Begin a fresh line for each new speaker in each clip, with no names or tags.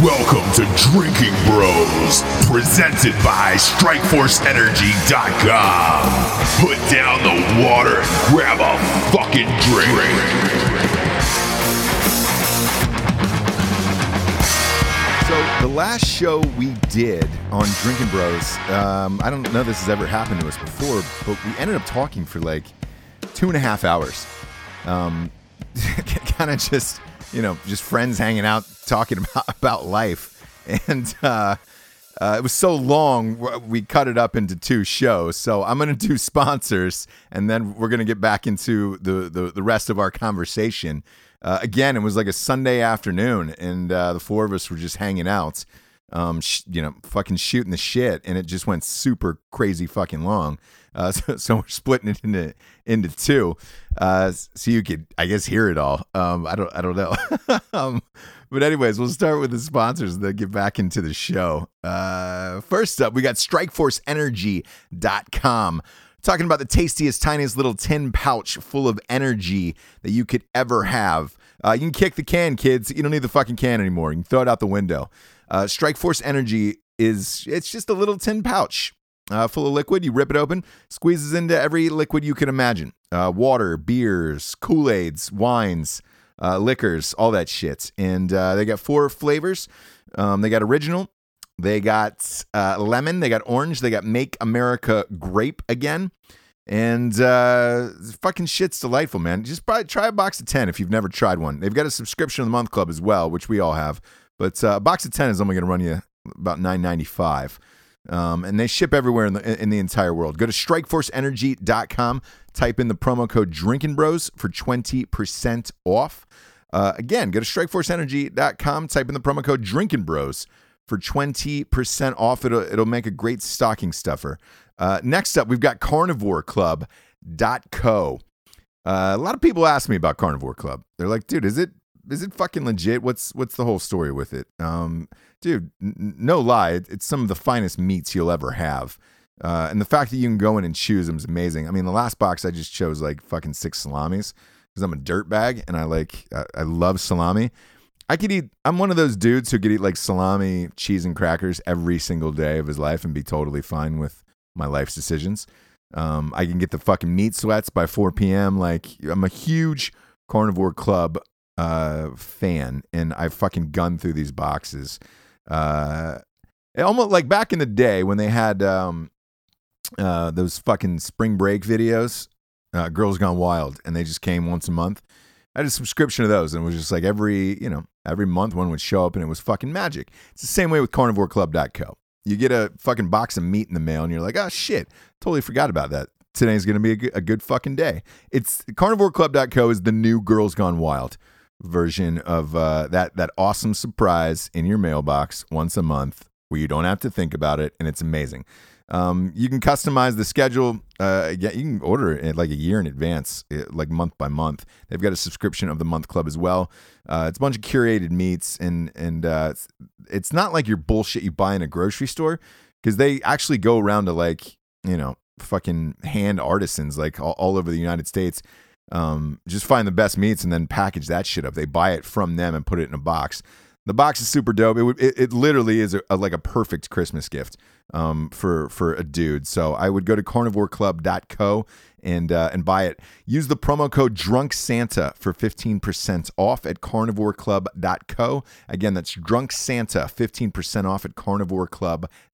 Welcome to Drinking Bros, presented by StrikeForceEnergy.com. Put down the water and grab a fucking drink.
So the last show we did on Drinking Bros, um, I don't know this has ever happened to us before, but we ended up talking for like two and a half hours. Um, kind of just, you know, just friends hanging out talking about, about life. And uh, uh, it was so long, w- we cut it up into two shows. So I'm going to do sponsors, and then we're going to get back into the, the, the rest of our conversation. Uh, again, it was like a Sunday afternoon, and uh, the four of us were just hanging out, um, sh- you know, fucking shooting the shit, and it just went super crazy fucking long. Uh, so, so we're splitting it into into two, uh, s- so you could, I guess, hear it all. Um, I don't, I don't know. um, but anyways, we'll start with the sponsors, and then get back into the show. Uh, first up, we got StrikeForceEnergy.com. Talking about the tastiest, tiniest little tin pouch full of energy that you could ever have. Uh, you can kick the can, kids. You don't need the fucking can anymore. You can throw it out the window. Uh, Strike Force Energy is it's just a little tin pouch uh, full of liquid. You rip it open, squeezes into every liquid you can imagine: uh, water, beers, Kool Aids, wines, uh, liquors, all that shit. And uh, they got four flavors. Um, they got original. They got uh, lemon. They got orange. They got Make America Grape again. And uh, fucking shit's delightful, man. Just buy, try a box of 10 if you've never tried one. They've got a subscription of the month club as well, which we all have. But uh, a box of 10 is only going to run you about nine ninety five. Um, and they ship everywhere in the, in the entire world. Go to strikeforceenergy.com, type in the promo code Drinking Bros for 20% off. Uh, again, go to strikeforceenergy.com, type in the promo code Drinking Bros for 20% off. It'll, it'll make a great stocking stuffer. Uh, next up, we've got carnivoreclub.co. Uh, a lot of people ask me about Carnivore Club. They're like, dude, is it is it fucking legit? What's what's the whole story with it? Um, dude, n- n- no lie, it- it's some of the finest meats you'll ever have. Uh, and the fact that you can go in and choose them is amazing. I mean, the last box I just chose like fucking six salamis because I'm a dirtbag and I like I, I love salami. I could eat. I'm one of those dudes who could eat like salami, cheese, and crackers every single day of his life and be totally fine with my life's decisions. Um, I can get the fucking meat sweats by 4 p.m. Like I'm a huge carnivore club uh, fan, and I fucking gun through these boxes. Uh, it almost like back in the day when they had um, uh, those fucking spring break videos, uh, Girls Gone Wild, and they just came once a month. I had a subscription to those, and it was just like every, you know, every month one would show up, and it was fucking magic. It's the same way with CarnivoreClub.co. You get a fucking box of meat in the mail, and you're like, oh shit, totally forgot about that. Today's gonna be a good, a good fucking day. It's CarnivoreClub.co is the new Girls Gone Wild version of uh, that that awesome surprise in your mailbox once a month, where you don't have to think about it, and it's amazing. Um, you can customize the schedule. Uh, yeah, you can order it like a year in advance, eh, like month by month. They've got a subscription of the month club as well. Uh, it's a bunch of curated meats, and and uh, it's, it's not like your bullshit you buy in a grocery store because they actually go around to like you know fucking hand artisans like all, all over the United States. Um, just find the best meats and then package that shit up. They buy it from them and put it in a box. The box is super dope. It would- it, it literally is a, a- like a perfect Christmas gift um, for for a dude. So I would go to carnivoreclub.co and uh, and buy it. Use the promo code Drunk Santa for fifteen percent off at carnivoreclub.co. Again, that's Drunk Santa fifteen percent off at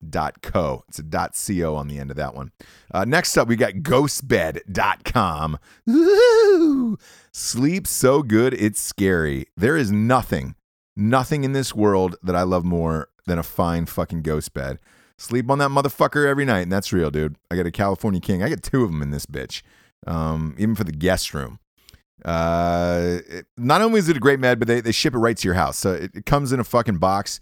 carnivoreclub.co. It's a dot co on the end of that one. Uh, next up, we got ghostbed.com. Ooh, sleep so good it's scary. There is nothing Nothing in this world that I love more than a fine fucking ghost bed. Sleep on that motherfucker every night, and that's real, dude. I got a California King. I got two of them in this bitch, um, even for the guest room. Uh, it- not only is it a great med, but they, they ship it right to your house. So it, it comes in a fucking box.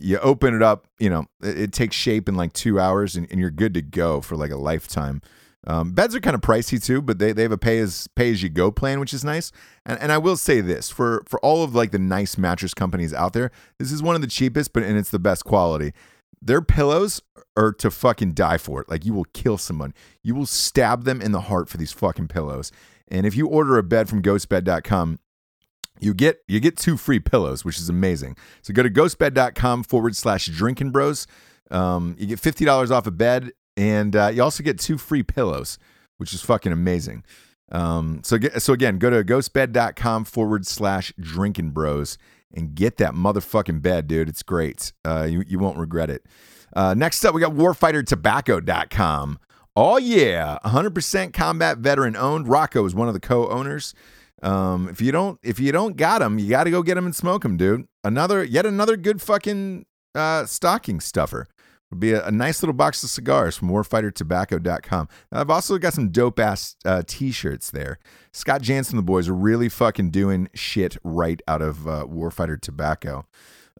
You open it up, you know, it, it takes shape in like two hours, and, and you're good to go for like a lifetime. Um, beds are kind of pricey too, but they, they have a pay as pay as you go plan, which is nice. And, and I will say this for for all of like the nice mattress companies out there, this is one of the cheapest, but and it's the best quality. Their pillows are to fucking die for. Like you will kill someone, you will stab them in the heart for these fucking pillows. And if you order a bed from GhostBed.com, You get you get two free pillows, which is amazing. So go to ghostbed.com forward slash drinking bros. Um, you get fifty dollars off a bed, and uh, you also get two free pillows, which is fucking amazing. Um, so get, so again, go to ghostbed.com forward slash drinking bros and get that motherfucking bed, dude. It's great. Uh, you you won't regret it. Uh, next up, we got warfightertobacco.com. Oh yeah, 100% combat veteran owned. Rocco is one of the co-owners. Um, if you don't if you don't got them, you got to go get them and smoke them, dude. Another yet another good fucking uh, stocking stuffer. Would be a, a nice little box of cigars from warfightertobacco.com. I've also got some dope ass uh, t-shirts there. Scott Jansen and the boys are really fucking doing shit right out of uh, Warfighter Tobacco.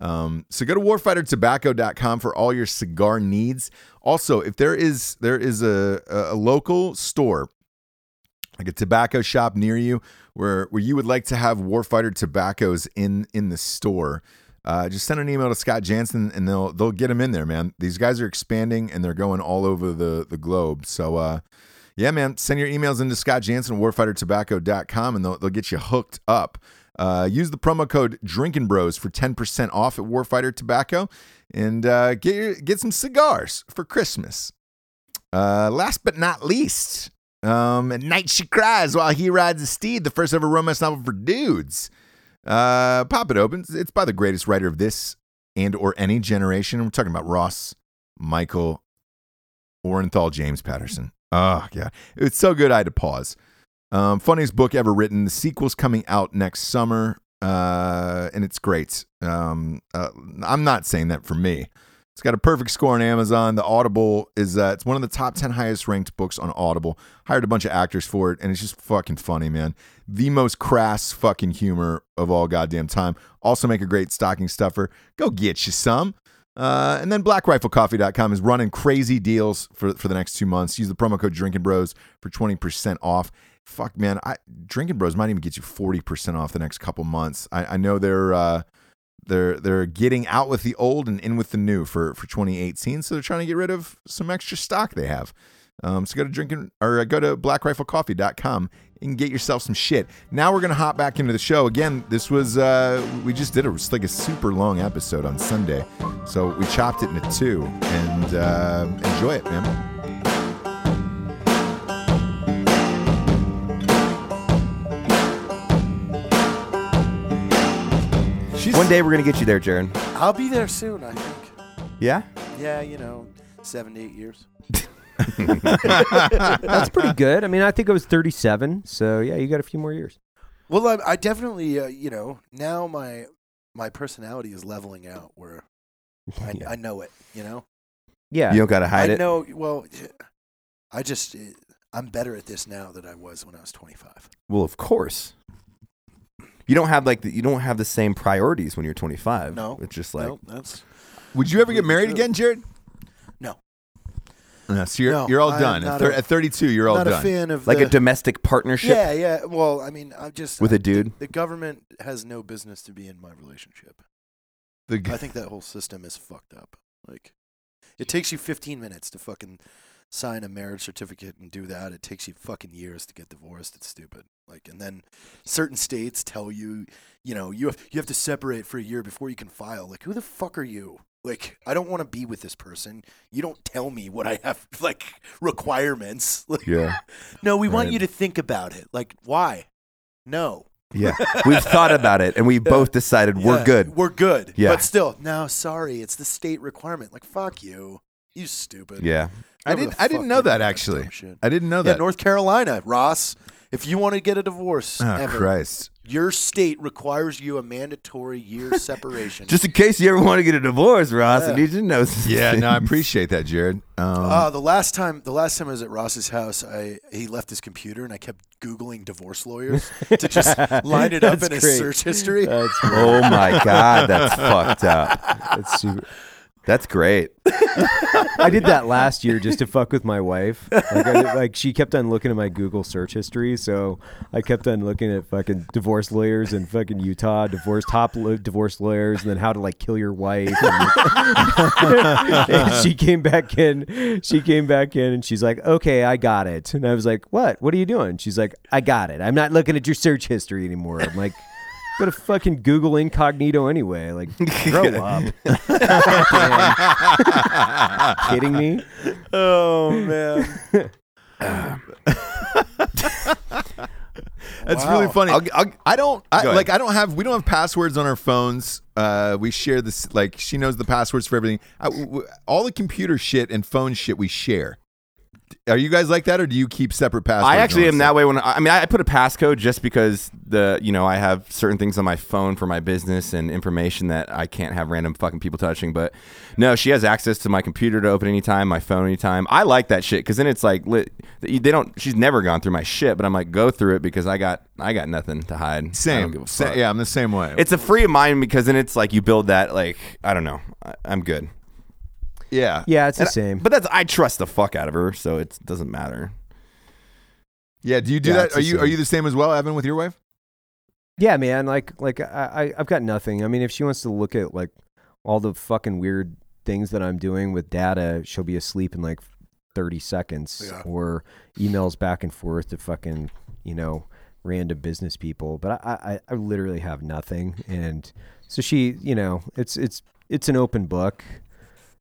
Um, so go to warfightertobacco.com for all your cigar needs. Also, if there is there is a, a a local store, like a tobacco shop near you, where where you would like to have Warfighter tobaccos in in the store, uh, just send an email to Scott Jansen and they'll they'll get them in there, man. These guys are expanding and they're going all over the the globe. So. uh yeah, man, send your emails into Scott Jansen at warfightertobacco.com and they'll, they'll get you hooked up. Uh, use the promo code Drinking Bros for 10% off at Warfighter Tobacco and uh, get, your, get some cigars for Christmas. Uh, last but not least, um, At Night She Cries While He Rides a Steed, the first ever romance novel for dudes. Uh, pop it open. It's by the greatest writer of this and or any generation. We're talking about Ross Michael Orenthal James Patterson. Oh, God. It's so good I had to pause. Um, funniest book ever written. The sequel's coming out next summer, uh, and it's great. Um, uh, I'm not saying that for me. It's got a perfect score on Amazon. The Audible is uh, it's one of the top ten highest ranked books on Audible. Hired a bunch of actors for it, and it's just fucking funny, man. The most crass fucking humor of all goddamn time. Also make a great stocking stuffer. Go get you some. Uh, and then blackriflecoffee.com is running crazy deals for, for the next two months. Use the promo code Drinking Bros for 20% off. Fuck, man. I, Drinking Bros might even get you 40% off the next couple months. I, I know they're. Uh, they're they're getting out with the old and in with the new for for 2018. So they're trying to get rid of some extra stock they have. Um, so go to drinking or go to blackriflecoffee.com and get yourself some shit. Now we're gonna hop back into the show again. This was uh, we just did it. It was like a super long episode on Sunday, so we chopped it into two and uh, enjoy it, man.
She's,
One day we're gonna get you there, Jaron.
I'll be there soon. I think.
Yeah,
Yeah, you know, seven to eight years.
That's pretty good. I mean, I think I was 37, so yeah, you got a few more years.
Well, I, I definitely, uh, you know, now my my personality is leveling out. Where I,
yeah.
I know it. You know,
yeah.
you don't gotta hide
I
it.
know. Well, I just eh, I'm better at this now than I was when I was 25.
Well, of course. You don't have like the, you don't have the same priorities when you're 25.
No,
it's just like
no, that's
Would you ever get married
True.
again, Jared?
No.
No, so you're
No,
you're all
I am
done. At,
not
thir-
a-
at 32, you're all
not
done.
a fan of
like
the,
a domestic partnership.
Yeah, yeah. Well, I mean, I'm just
With a dude?
The, the government has no business to be in my relationship.
The
I
g-
think that whole system is fucked up. Like, it takes you 15 minutes to fucking sign a marriage certificate and do that. It takes you fucking years to get divorced. It's stupid. Like, and then certain states tell you, you know, you have you have to separate for a year before you can file. Like, who the fuck are you? Like, I don't want to be with this person. You don't tell me what I have like requirements. Like,
yeah.
no, we want
Right.
you to think about it. Like, why? No.
Yeah. We've thought about it and we both decided we're
Yeah,
good.
We're good.
Yeah.
But still, no, sorry, it's the state requirement. Like, fuck you. You stupid.
Yeah.
I
Whatever
didn't.
the
I didn't
fuck
know
they
that
do
actually.
dumb shit.
I didn't know
Yeah,
that.
North Carolina, Ross. If you want to get a divorce,
oh
ever,
Christ!
your state requires you a mandatory year separation.
Just in case you ever want to get a divorce, Ross, and you should know.
Yeah, no, I appreciate that, Jared. Um,
Uh, the last time, the last time I was at Ross's house, I he left his computer and I kept googling divorce lawyers to just line it up in
That's
his
great.
search history.
That's,
oh my god, that's fucked up.
that's super.
That's great.
I did that last year just to fuck with my wife. Like, I did- like she kept on looking at my Google search history, so I kept on looking at fucking divorce lawyers in fucking Utah, divorce top lo- divorce lawyers, and then how to like kill your wife. And, and she came back in. She came back in, and she's like, "Okay, I got it." And I was like, "What? What are you doing?" She's like, "I got it. I'm not looking at your search history anymore." I'm like. Go to fucking Google incognito anyway. Like, grow up. Kidding me?
Oh man.
That's really
Wow.
funny.
I'll g- I'll g-
I don't I,
Go ahead.
like. I don't have. We don't have passwords on our phones. Uh, we share this. Like she knows the passwords for everything. I, w- w- all the computer shit and phone shit we share. Are you guys like that, or do you keep separate passwords?
I actually
on
am
stuff?
that way when I I mean I I put a passcode just because the you know I have certain things on my phone for my business and information that I can't have random fucking people touching. But no, she has access to my computer to open anytime, my phone anytime. I like that shit because then it's like lit, they don't. She's never gone through my shit, but I'm like go through it because I got I got nothing to hide. I don't give
Same.
a
Sa-
fuck.
yeah, I'm the same way.
It's a free of mind because then it's like you build that like I don't know I, I'm good.
yeah.
Yeah, it's the
And I-
same.
but that's I trust the fuck out of her, so it doesn't matter.
Yeah. Do you do
Yeah,
that?
it's
Are
the
you Are
same.
you the same as well, Evan, with your wife?
Yeah, man. Like, like I, I, I've got nothing. I mean, if she wants to look at like all the fucking weird things that I'm doing with data, she'll be asleep in like 30 seconds,
Yeah.
or emails back and forth to fucking, you know, random business people. But I, I, I literally have nothing, and so she, you know, it's it's it's an open book.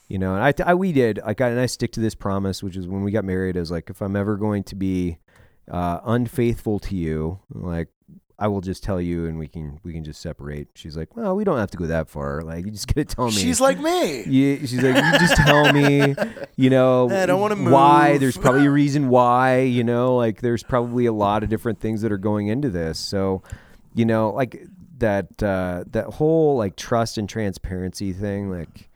You know, and I, I we did like, I, and I stick to this promise, which is when we got married, I was like, if I'm ever going to be uh, unfaithful to you, like I will just tell you, and we can we can just separate. She's like, well, we don't have to go that far. Like, you just gotta tell me.
She's like me.
Yeah, she's like, you just tell me, you know,
I don't wanna
why.
move."
There's probably a reason why, you know, like there's probably a lot of different things that are going into this. So, you know, like that uh, that whole like trust and transparency thing, like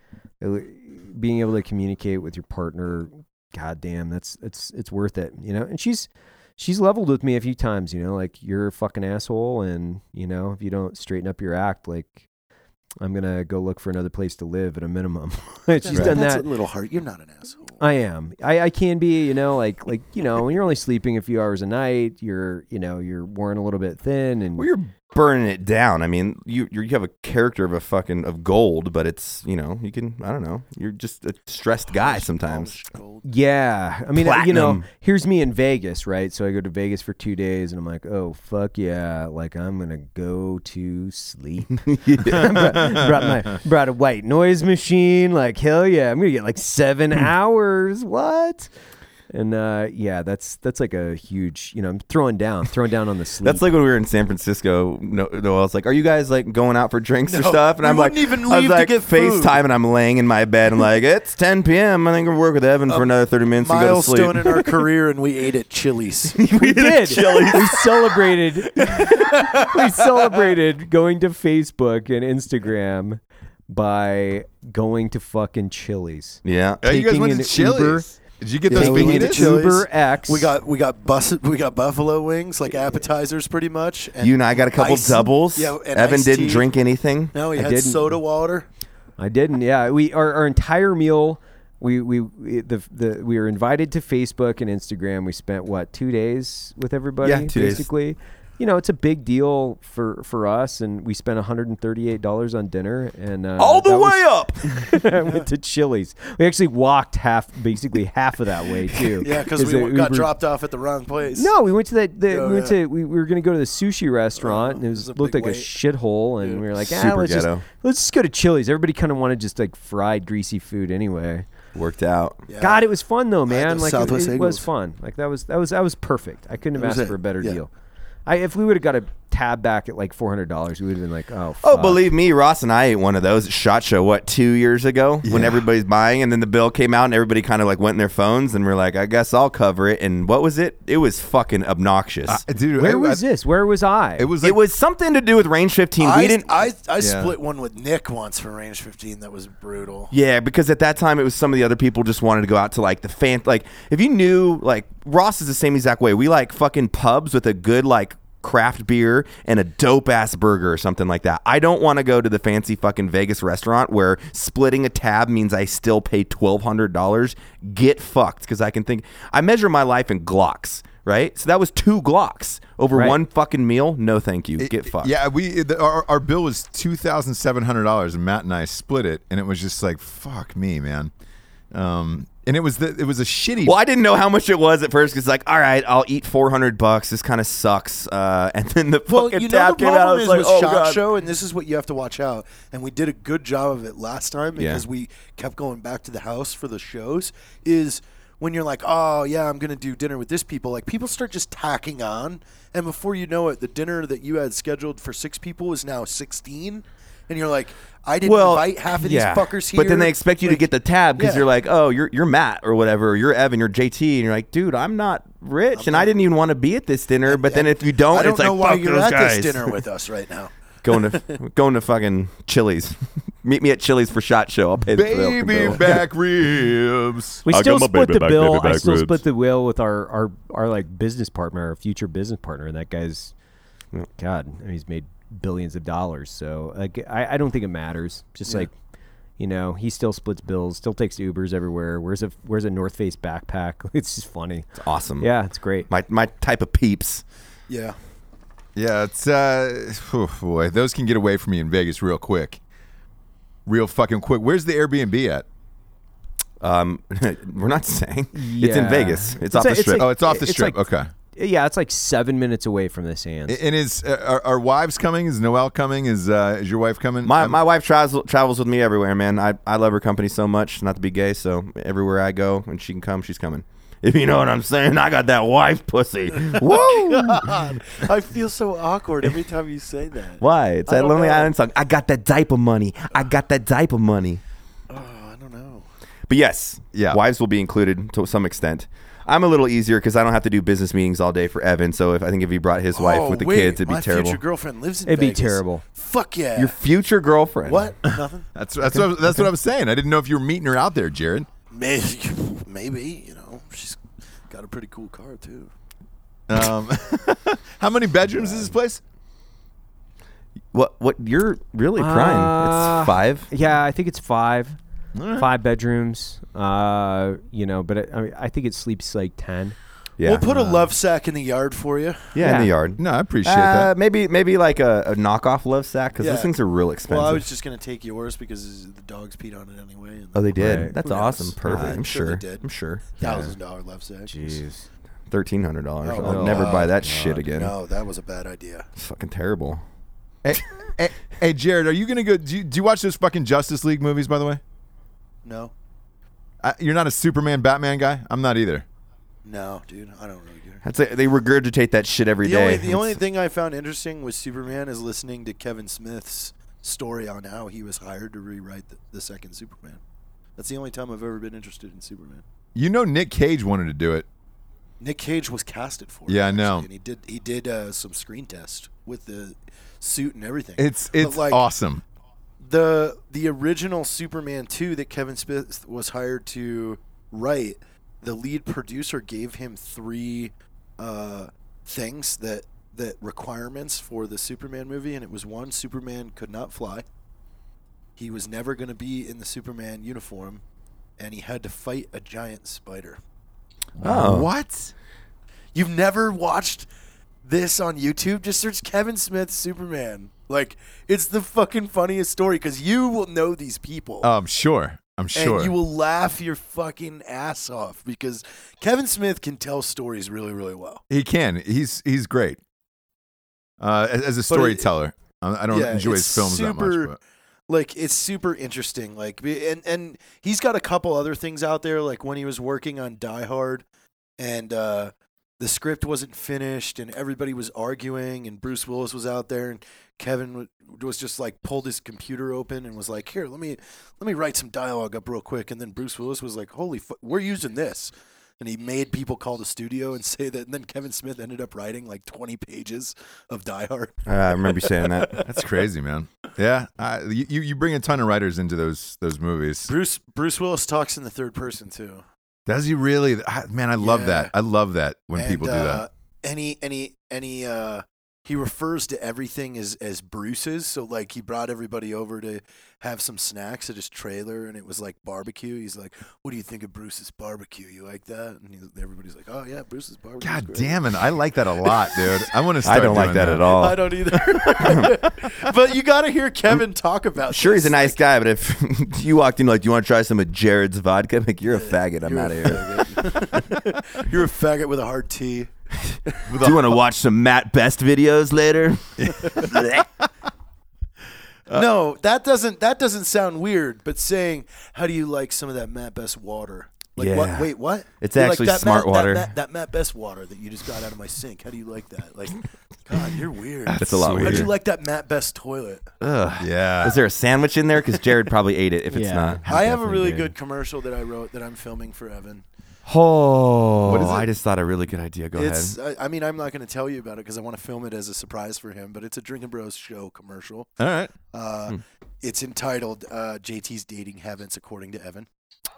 it- being able to communicate with your partner. God damn, that's it's it's worth it, you know. And she's she's leveled with me a few times, you know, like you're a fucking asshole, and you know if you don't straighten up your act, like I'm gonna go look for another place to live at a minimum. she's done
That's
that.
a little heart. You're not an asshole.
I am. I, I can be, you know, like like you know, when you're only sleeping a few hours a night, you're you know, you're worn a little bit thin and
Well, you're burning it down. I mean, you you're, you have a character of a fucking of gold, but it's you know you can I don't know. You're just a stressed guy sometimes.
Polished gold.
Yeah. I mean, uh, you know,
Platinum.
here's me in Vegas, right? So I go to Vegas for two days and I'm like, oh, fuck yeah. Like, I'm going to go to sleep. brought, brought my, brought a white noise machine. Like, hell yeah. I'm going to get like seven hours. What? And uh, yeah, that's that's like a huge, you know, I'm throwing down, throwing down on the sleep.
That's like when we were in San Francisco. No, Noel's like, "Are you guys like going out for drinks or
No,
stuff?" And
we
I'm like,
wouldn't even
I was
leave to
like,
get food.
FaceTime, and I'm laying in my bed. and like, "It's 10 p.m. I think I'm gonna work with Evan for another 30 minutes and go to sleep."
Milestone in our career, and we ate at Chili's.
we did. We celebrated. we celebrated going to Facebook and Instagram by going to fucking Chili's.
yeah,
Yeah, you guys
Taking
went
an
to Chili's. Did you get
Yeah,
those
we went to
fajitas?
Chili's.
Uber X.
We got we got bus we got buffalo wings like appetizers pretty much. And
you and I got a couple
iced-
doubles.
Yeah, and
Evan
iced
didn't
tea.
drink anything.
No, he
I
had
didn't.
soda water.
I didn't. Yeah, we our, our entire meal. We, we we the the we were invited to Facebook and Instagram. We spent what two days with everybody.
Yeah, two days.
basically. You know, it's a big deal for for us, and we spent one hundred and thirty eight dollars on dinner, and uh,
All the
that
way
was-
up.
I went to Chili's. We actually walked half, basically half of that way too.
Yeah, because we
the
w- got
Uber-
dropped off at the wrong place.
No, we went to that. The,
Oh,
we went
yeah. Uh-huh.
to. We, we were gonna go to the sushi restaurant, and it, was,
was a
looked like
big
a
wait.
shithole. And
Yeah.
we were like, ah,
Super
let's
ghetto.
just let's just go to Chili's. Everybody kind of wanted just like fried, greasy food anyway.
Worked out.
Yeah.
God, it was fun though, man.
those
Like it,
Southwest
it
Eagles.
was fun. Like that was that was that was perfect. I couldn't have
That was
asked
it.
for a better
Yeah.
deal. I if we would have got a tab back at like four hundred dollars, we would have been like, oh,
Oh,
fuck.
believe me, Ross and I ate one of those at Shot Show. What two years ago when everybody's buying, and then the bill came out, and everybody kind of like went in their phones, and we're like, I guess I'll cover it. And what was it? It was fucking obnoxious.
Uh, dude,
Where
I-
was
I-
this? Where was I?
It was. Like,
it was something to do with Range 15.
I,
we didn't.
I, I split one with Nick once for range 15. That was brutal.
yeah, because at that time it was some of the other people just wanted to go out to like the fan. Like if you knew, like Ross is the same exact way. We like fucking pubs with a good like craft beer and a dope ass burger or something like that. I don't want to go to the fancy fucking Vegas restaurant where splitting a tab means I still pay twelve hundred dollars. Get fucked because I can think. I measure my life in Glocks. Right, so that was two Glocks over
Right.
one fucking meal. No, thank you. Get fucked.
Yeah, we the, our, our bill was two thousand seven hundred dollars, and Matt and I split it, and it was just like fuck me, man. Um, and it was the it was a shitty.
Well, I didn't know how much it was at first because, like, all right, I'll eat 400 bucks. This kind of sucks. Uh, and then the
Well,
fucking
you know
tab
the
came out. I
problem
was
is
like,
with
oh,
Shock
God.
Show, and this is what you have to watch out. And we did a good job of it last time because we kept going back to the house for the shows. Is when you're like, oh yeah, I'm gonna do dinner with this people. Like people start just tacking on, and before you know it, the dinner that you had scheduled for six people is now sixteen, and you're like, I didn't
Well,
invite half of
yeah.
these fuckers here.
But then they expect you to
Like,
get the tab because
yeah.
you're like, oh, you're you're Matt or whatever, or you're Evan, you're JT, and you're like, dude, I'm not rich, and I didn't even want to be at this dinner. But then if you don't,
I don't
it's
know
like,
why
fuck
you're
those
at
guys.
this dinner with us right now.
going to going to fucking Chili's. Meet me at Chili's for Shot Show. I'll pay the bill. the
baby
bill.
back ribs.
We
I
still
got my
split
baby
the
back,
bill.
baby
I
back
still
ribs.
split the bill with our, our our like business partner, our future business partner, and that guy's God, I mean, he's made billions of dollars. So like, I, I don't think it matters. Just like, you know, he still splits bills, still takes Ubers everywhere. Where's a where's a North Face backpack? It's just funny.
Awesome.
Yeah, it's great.
My my type of peeps.
Yeah.
Yeah, it's uh, oh boy, those can get away from you in Vegas real quick, real fucking quick. Where's the Airbnb at?
Um, we're not saying it's in
Yeah.
Vegas. It's,
It's
off
a-
the
it's
strip.
like-
oh, it's off the
it's
strip.
like-
okay.
Yeah, it's like seven minutes away from the Sands.
And is uh, are, are wives coming? Is Noelle coming? Is uh, is your wife coming?
My,
I'm-
my wife travels travels with me everywhere, man. I, I love her company so much, not to be gay, so everywhere I go and she can come, she's coming. If you know what I'm saying, I got that wife pussy. Woo!
Oh God, I feel so awkward every time you say that.
Why? It's
I
that
don't
Lonely
know.
Island song. I got that diaper money. I got that diaper money.
Oh, I don't know.
But yes,
Yeah.
wives will be included to some extent. I'm a little easier because I don't have to do business meetings all day for Evan. So if I think if he brought his wife
Oh,
with the
wait,
kids, it'd be
my
terrible.
Future girlfriend lives in
It'd be
Vegas.
terrible.
Fuck yeah.
Your future girlfriend.
what? Nothing.
that's that's what, that's what I was saying. I didn't know if you were meeting her out there, Jared.
Maybe, maybe you know she's got a pretty cool car too.
Um, how many bedrooms is this place?
What? What? You're really prime.
Uh,
it's five.
Yeah, I think it's five, five bedrooms. Uh, you know, but it, I, mean, I think it sleeps like ten.
Yeah. Uh,
We'll put a love sack in the yard for you.
yeah, in the
yeah.
yard.
No, I appreciate
Uh,
that.
maybe maybe like a, a knockoff love sack because those
Yeah.
things are real expensive.
Well, I was just gonna take yours because the dogs peed on it anyway. And
oh, they did.
Right.
That's
Who knows?
awesome. Perfect.
Uh,
I'm
sure they
sure.
did.
I'm sure.
thousand dollar love sack.
Jeez.
Thirteen hundred dollars.
Oh,
I'll
no.
never buy
Oh,
that shit again.
No, that was a bad idea.
It's fucking terrible.
Hey, hey, hey, Jared, are you gonna go? Do you, do you watch those fucking Justice League movies? By the way,
No,
I, you're not a Superman, Batman guy. I'm not either.
no, dude, I don't really care.
That's it. They regurgitate that shit every
The
day.
only the only
It's-
thing I found interesting with Superman is listening to Kevin Smith's story on how he was hired to rewrite the, the second Superman. That's the only time I've ever been interested in Superman.
You know, Nick Cage wanted to do it.
Nick Cage was casted for it.
Yeah, I know.
actually, And he did he did uh, some screen test with the suit and everything.
It's
But,
it's
like
awesome.
the the original Superman two that Kevin Smith was hired to write. The lead producer gave him three uh, things that that requirements for the Superman movie, and it was one Superman could not fly. He was never going to be in the Superman uniform, and he had to fight a giant spider.
Oh.
What?
You've never watched this on YouTube? Just search Kevin Smith Superman. Like, it's the fucking funniest story because you will know these people.
Um, sure. I'm sure.
And you will laugh your fucking ass off because Kevin Smith can tell stories really, really well.
He can. He's he's great. Uh, as, as a
But it-
storyteller, I I don't
Yeah,
enjoy
it's
his films that
super-
much.
Like it's super interesting. Like be- and and he's got a couple other things out there. Like when he was working on Die Hard, and uh, the script wasn't finished, and everybody was arguing, and Bruce Willis was out there, and Kevin w- was just like pulled his computer open and was like, "Here, let me let me write some dialogue up real quick." And then Bruce Willis was like, "Holy, fu- we're using this." And he made people call the studio and say that. And then Kevin Smith ended up writing like 20 pages of Die Hard.
Uh, I remember you saying that.
But that's crazy, man. Yeah, I, you you- you bring a ton of writers into those those movies.
Bruce Bruce Willis talks in the third person too.
Does he really? I, man, I love
Yeah.
that. I love that when
And,
people do
uh,
that.
Any any any uh he refers to everything as as Bruce's. So like he brought everybody over to have some snacks at his trailer, and it was like barbecue. He's like, "What do you think of Bruce's barbecue? You like that?" And he, everybody's like, "Oh yeah, Bruce's barbecue."
God damn it! I like that a lot, dude. I want to. Start
I don't like
doing
that, at all.
I don't either. but you got to hear Kevin talk about.
Sure, he's
this.
a nice guy, but if you walked in like, do you want to try some of Jared's vodka? I'm like, you're a faggot. I'm
You're
out of
a
here.
faggot. You're a faggot with a hard T.
Do you want to watch some Matt Best videos later? Uh,
no, that doesn't that doesn't sound weird. But saying, "How do you like some of that Matt Best water?" Like
Yeah.
what? Wait, what?
It's
You like
actually
that
smart
Matt,
water.
That, Matt- that Matt Best water that you just got out of my sink. How do you like that? Like, God, you're weird.
That's a lot
How'd you
weirder.
like that Matt Best toilet?
Ugh.
Yeah.
Is there a sandwich in there? Because Jared probably ate it. If it's
Yeah.
not,
I have a
definitely
really
did.
good commercial that I wrote that I'm filming for Evan.
oh,
What is it?
I just thought a really good idea. Go
It's.
ahead.
I, I mean, I'm not going to tell you about it because I want to film it as a surprise for him. But it's a Drinking Bros show commercial.
All right.
Uh,
Hmm.
It's entitled uh, "JT's Dating Heavens," according to Evan.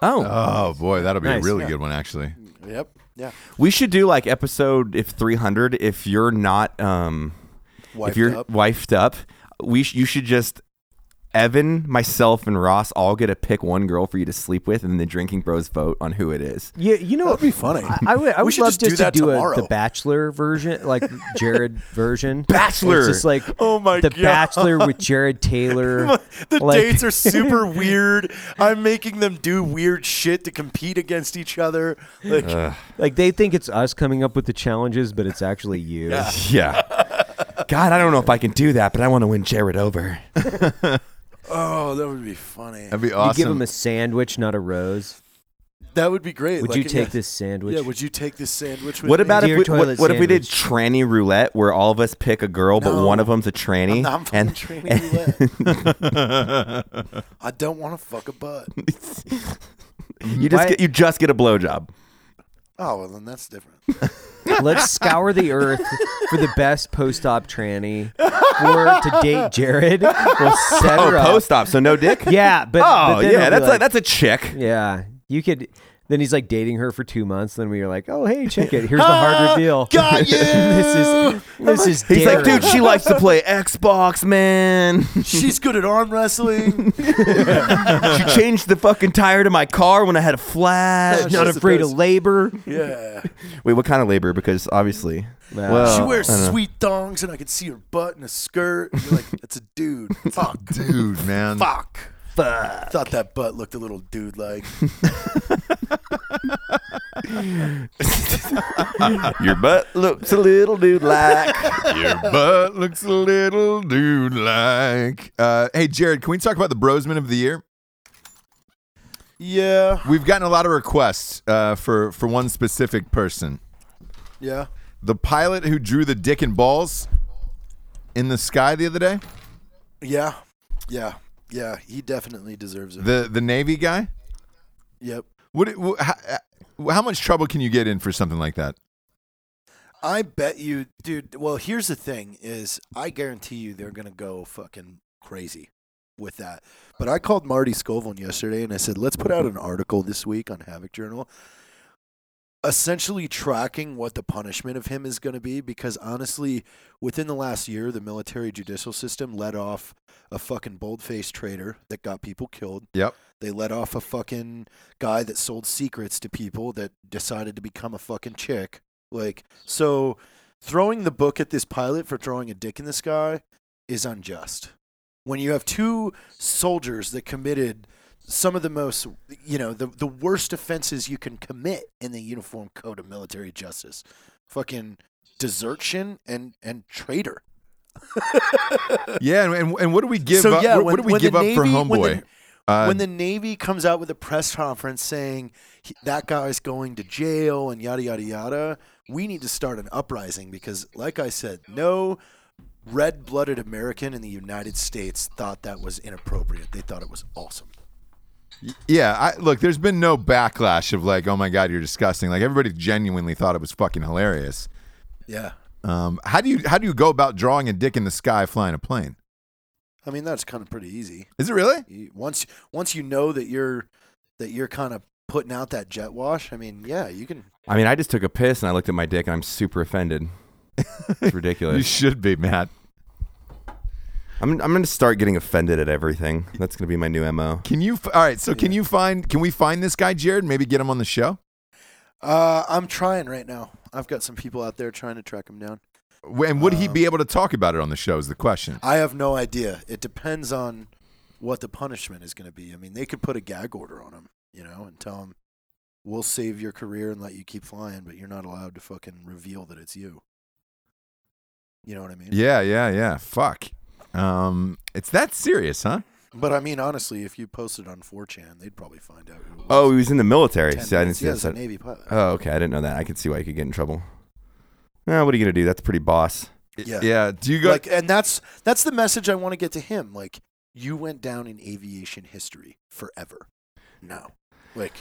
Oh,
Oh boy, that'll be
Nice,
a really
yeah.
good one, actually.
Yep. Yeah.
we should do like episode if 300. If you're not, um, if
Wiped
you're
up.
wifed up, we sh- you should just. Evan, myself, and Ross all get to pick one girl for you to sleep with, and then the drinking bros vote on who it is.
Yeah, you know,
That'd be funny.
I, I would, I
We
would
should
love
just
just,
do that
to do a,
tomorrow.
the Bachelor version, like Jared version.
Bachelor!
It's just like
Oh my
the
God.
Bachelor with Jared Taylor.
the
like-
dates are super weird. I'm making them do weird shit to compete against each other. Like,
Like they think it's us coming up with the challenges, but it's actually you.
Yeah. God, I don't know if I can do that, but I want to win Jared over.
oh, that would be funny.
That'd be
You
awesome.
give him a sandwich, not a rose.
That would be great.
Would
Like,
you take
yeah.
this sandwich?
Yeah. Would you take this sandwich? With
What
me?
about
Dear
if we, what,
toilet
what if we did
sandwich.
tranny roulette, where all of us pick a girl, but
No.
one of them's a tranny?
I'm not fucking
and-
training
and-
roulette. I don't want to fuck a butt.
you just
Why-
get you just get a blowjob.
Oh, well, then that's different.
Let's scour the earth for the best post-op tranny or to date Jared. We'll set
Oh,
her up.
post op, so no dick.
Yeah, but
Oh
but then it'll
yeah,
be
that's
like,
a, that's a chick.
yeah. You could. Then he's like dating her for two months. Then we were like, oh hey, check it. Here's the hard reveal.
got you!
this is this is.
He's like,
daring.
dude, she likes to play Xbox, man.
She's good at arm wrestling.
she changed the fucking tire to my car when I had a flat.
Gosh,
not
that's the
afraid of
best.
labor.
Yeah.
Wait, what kind of labor? Because obviously,
Nah.
well,
She wears
Oh, I don't know.
sweet thongs, and I can see her butt in a skirt. And you're like, that's a dude. Fuck.
Dude, man.
Fuck. Fuck. Thought that butt looked a little dude like.
Your butt looks a little dude like.
Your butt looks a little dude like. Uh, hey, Jared, can we talk about the Brosman of the Year?
Yeah.
We've gotten a lot of requests uh, for for one specific person,
Yeah.
the pilot who drew the dick and balls in the sky the other day,
Yeah. Yeah. Yeah. He definitely deserves it.
the the Navy guy.
yep.
What? what how, uh, how much trouble can you get in for something like that?
I bet you, dude. Well, here's the thing: is I guarantee you they're gonna go fucking crazy with that. But I called Marty Scovelin yesterday and I said, let's put out an article this week on Havoc Journal, essentially tracking what the punishment of him is going to be. Because honestly, within the last year, the military judicial system let off a fucking bold-faced traitor that got people killed.
Yep.
They let off a fucking guy that sold secrets to people that decided to become a fucking chick. Like, so throwing the book at this pilot for drawing a dick in the sky is unjust. When you have two soldiers that committed some of the most, you know, the, the worst offenses you can commit in the Uniform Code of Military Justice fucking desertion and, and traitor.
Yeah, and, and, and what do we give
So,
up?
yeah,
what,
when-
what do we
when the
give up for
Navy- when the-
homeboy? uh,
when the Navy comes out with a press conference saying he- that guy's going to jail and yada yada yada, we need to start an uprising because, like I said, no red-blooded American in the United States thought that was inappropriate. They thought it was awesome.
yeah, I, look, there's been no backlash of like, oh my god, you're disgusting. Like everybody genuinely thought it was fucking hilarious.
Yeah,
Um, how do you how do you go about drawing a dick in the sky flying a plane?
I mean that's kind of pretty easy.
Is it really?
You, once once you know that you're that you're kind of putting out that jet wash, I mean, yeah, you can.
I mean, I just took a piss and I looked at my dick and I'm super offended. It's
You
ridiculous.
should be, Matt.
I'm, I'm going to start getting offended at everything. That's going to be my new MO.
Can you? f- All right. So can you find? Can we find this guy, Jared? Maybe get him on the show.
Uh, I'm trying right now. I've got some people out there trying to track him down.
W- And would he
Um,
be able to talk about it on the show? Is the question.
I have no idea. It depends on what the punishment is going to be. I mean, they could put a gag order on him, you know, and tell him, "We'll save your career and let you keep flying, but you're not allowed to fucking reveal that it's you." You know what I mean?
Yeah, yeah, yeah. Fuck. Um, it's that serious, huh?
But I mean, honestly, if you posted on 4chan, they'd probably find out. Who it was.
Oh, he was in the military.
10
So I
minutes.
didn't see
yeah,
that.
he's a
side.
Navy pilot.
Oh, okay. I didn't know that. I could see why you could get in trouble. Eh, what are you going to do? That's pretty boss.
Yeah.
Yeah. Do you go?
like, and that's that's the message I want to get to him. Like, you went down in aviation history forever. No, like,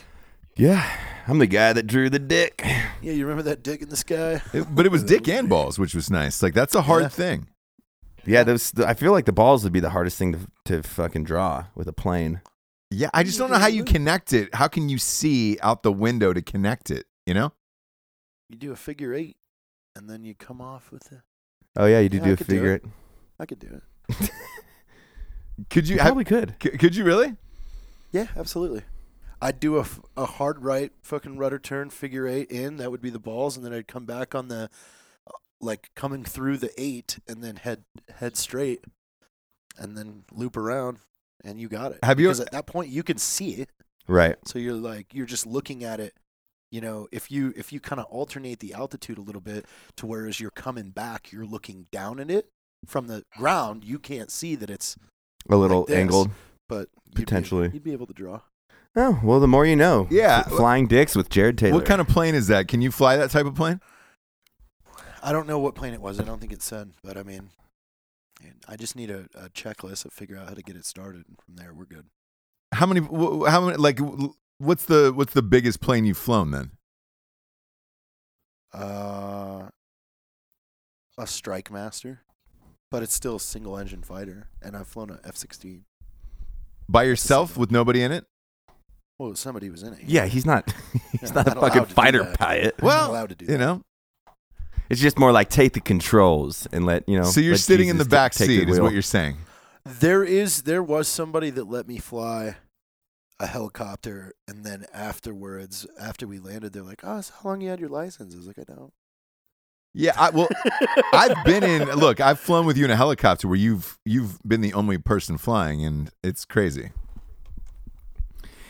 Yeah. I'm the guy that drew the dick.
yeah, you remember that dick in the sky?
It- but it was dick and balls, which was nice. Like that's a hard
Yeah.
thing.
Yeah, those. I feel like the balls would be the hardest thing to, to fucking draw with a plane.
Yeah, I just don't know how you connect it. How can you see out the window to connect it? You know?
You do a figure eight, and then you come off with a.
Oh yeah, you do
Yeah,
do
I
a
could do
figure.
it. I could do it.
Could you?
You
Have,
probably could.
c- could you really?
Yeah, absolutely. I'd do a, f- a hard right fucking rudder turn figure eight in. That would be the balls, and then I'd come back on the uh, like coming through the eight, and then head head straight, and then loop around, and you got it.
Have you-
Because at that point you can see it,
Right.
so you're like you're just looking at it. You know, if you if you kind of alternate the altitude a little bit to whereas you're coming back, you're looking down at it from the ground. You can't see that it's,
A little
this.
angled.
but you'd be-
Potentially.
you'd be able to draw.
Oh well, the more you know.
Yeah.
F- flying dicks with Jared Taylor.
What kind of plane is that? Can you fly that type of plane?
I don't know what plane it was. I don't think it said, but I mean, and I just need a, a checklist to figure out how to get it started. And from there, we're good.
How many? wh- How many? Like, wh- what's the what's the biggest plane you've flown then?
Uh, a Strike Master, but it's still a single engine fighter, and I've flown a F 16.
By yourself with nobody in it?
Well, somebody was in it.
Yeah, he's not. He's
Yeah,
not a
not allowed
fucking
to do
fighter
that.
pilot.
Well,
Well,
allowed to do
You
that.
know.
It's just more like take the controls and let you know.
So you're
let
sitting in the
Oh, Jesus
back
take the
seat, is
wheel.
what you're saying?
There is, there was somebody that let me fly a helicopter, and then afterwards, after we landed, they're like, "Oh, so how long you had your license?" I was like, "I don't."
Yeah. I, well, I've been in. Look, I've flown with you in a helicopter where you've you've been the only person flying, and it's crazy.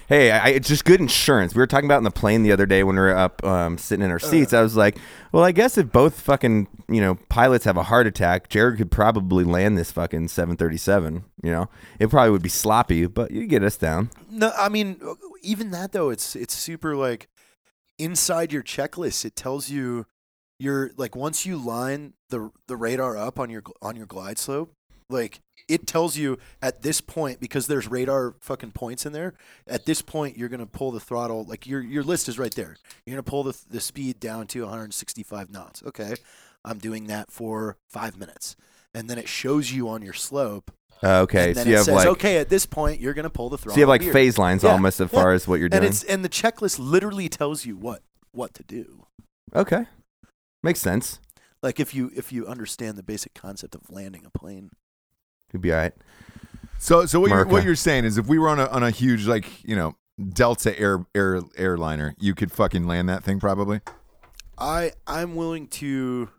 Hey, I, it's just good insurance. We were talking about in the plane the other day when we were up um, sitting in
Uh.
our seats. I was like, well, I guess if both fucking you know pilots have a heart attack, Jared could probably land this fucking 737. You know, it probably would be sloppy, but you get us down.
No, I mean even that though it's it's super like inside your checklist it tells you your like once you line the the radar up on your gl- on your glide slope like it tells you at this point because there's radar fucking points in there at this point you're going to pull the throttle like your your list is right there you're going to pull the the speed down to 165 knots okay i'm doing that for 5 minutes and then it shows you on your slope
Uh, okay,
and then
so you
it
have
says,
like
okay, at this point, you're going to pull the throttle.
so you have like
here."
phase lines
Yeah,
almost as
yeah.
far as what you're
And
doing.
it's and the checklist literally tells you what what to do.
Okay, makes sense.
Like if you if you understand the basic concept of landing a plane.
You'd be all right.
So, so what you're, what
America.
you're saying is, if we were on a on a huge like you know Delta air air airliner, you could fucking land that thing probably.
I I'm willing to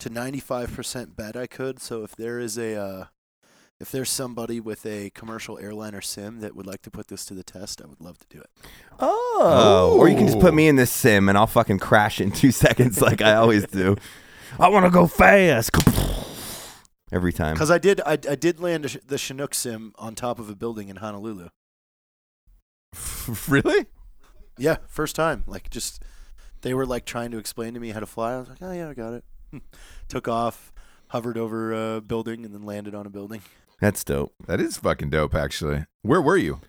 to 95% bet I could. So if there is a uh, if there's somebody with a commercial airliner sim that would like to put this to the test, I would love to do it.
Oh. Or you can just
Ooh.
put me in this sim and I'll fucking crash in two seconds like I always do. I want to go fast. Every time.
Because I did I, I did land a, sh- the Chinook sim on top of a building in Honolulu.
really?
Yeah, first time. Like just they were like trying to explain to me how to fly. I was like, oh yeah, I got it. Took off, hovered over a building, and then landed on a building
That's dope.
That is fucking dope, actually. Where were you?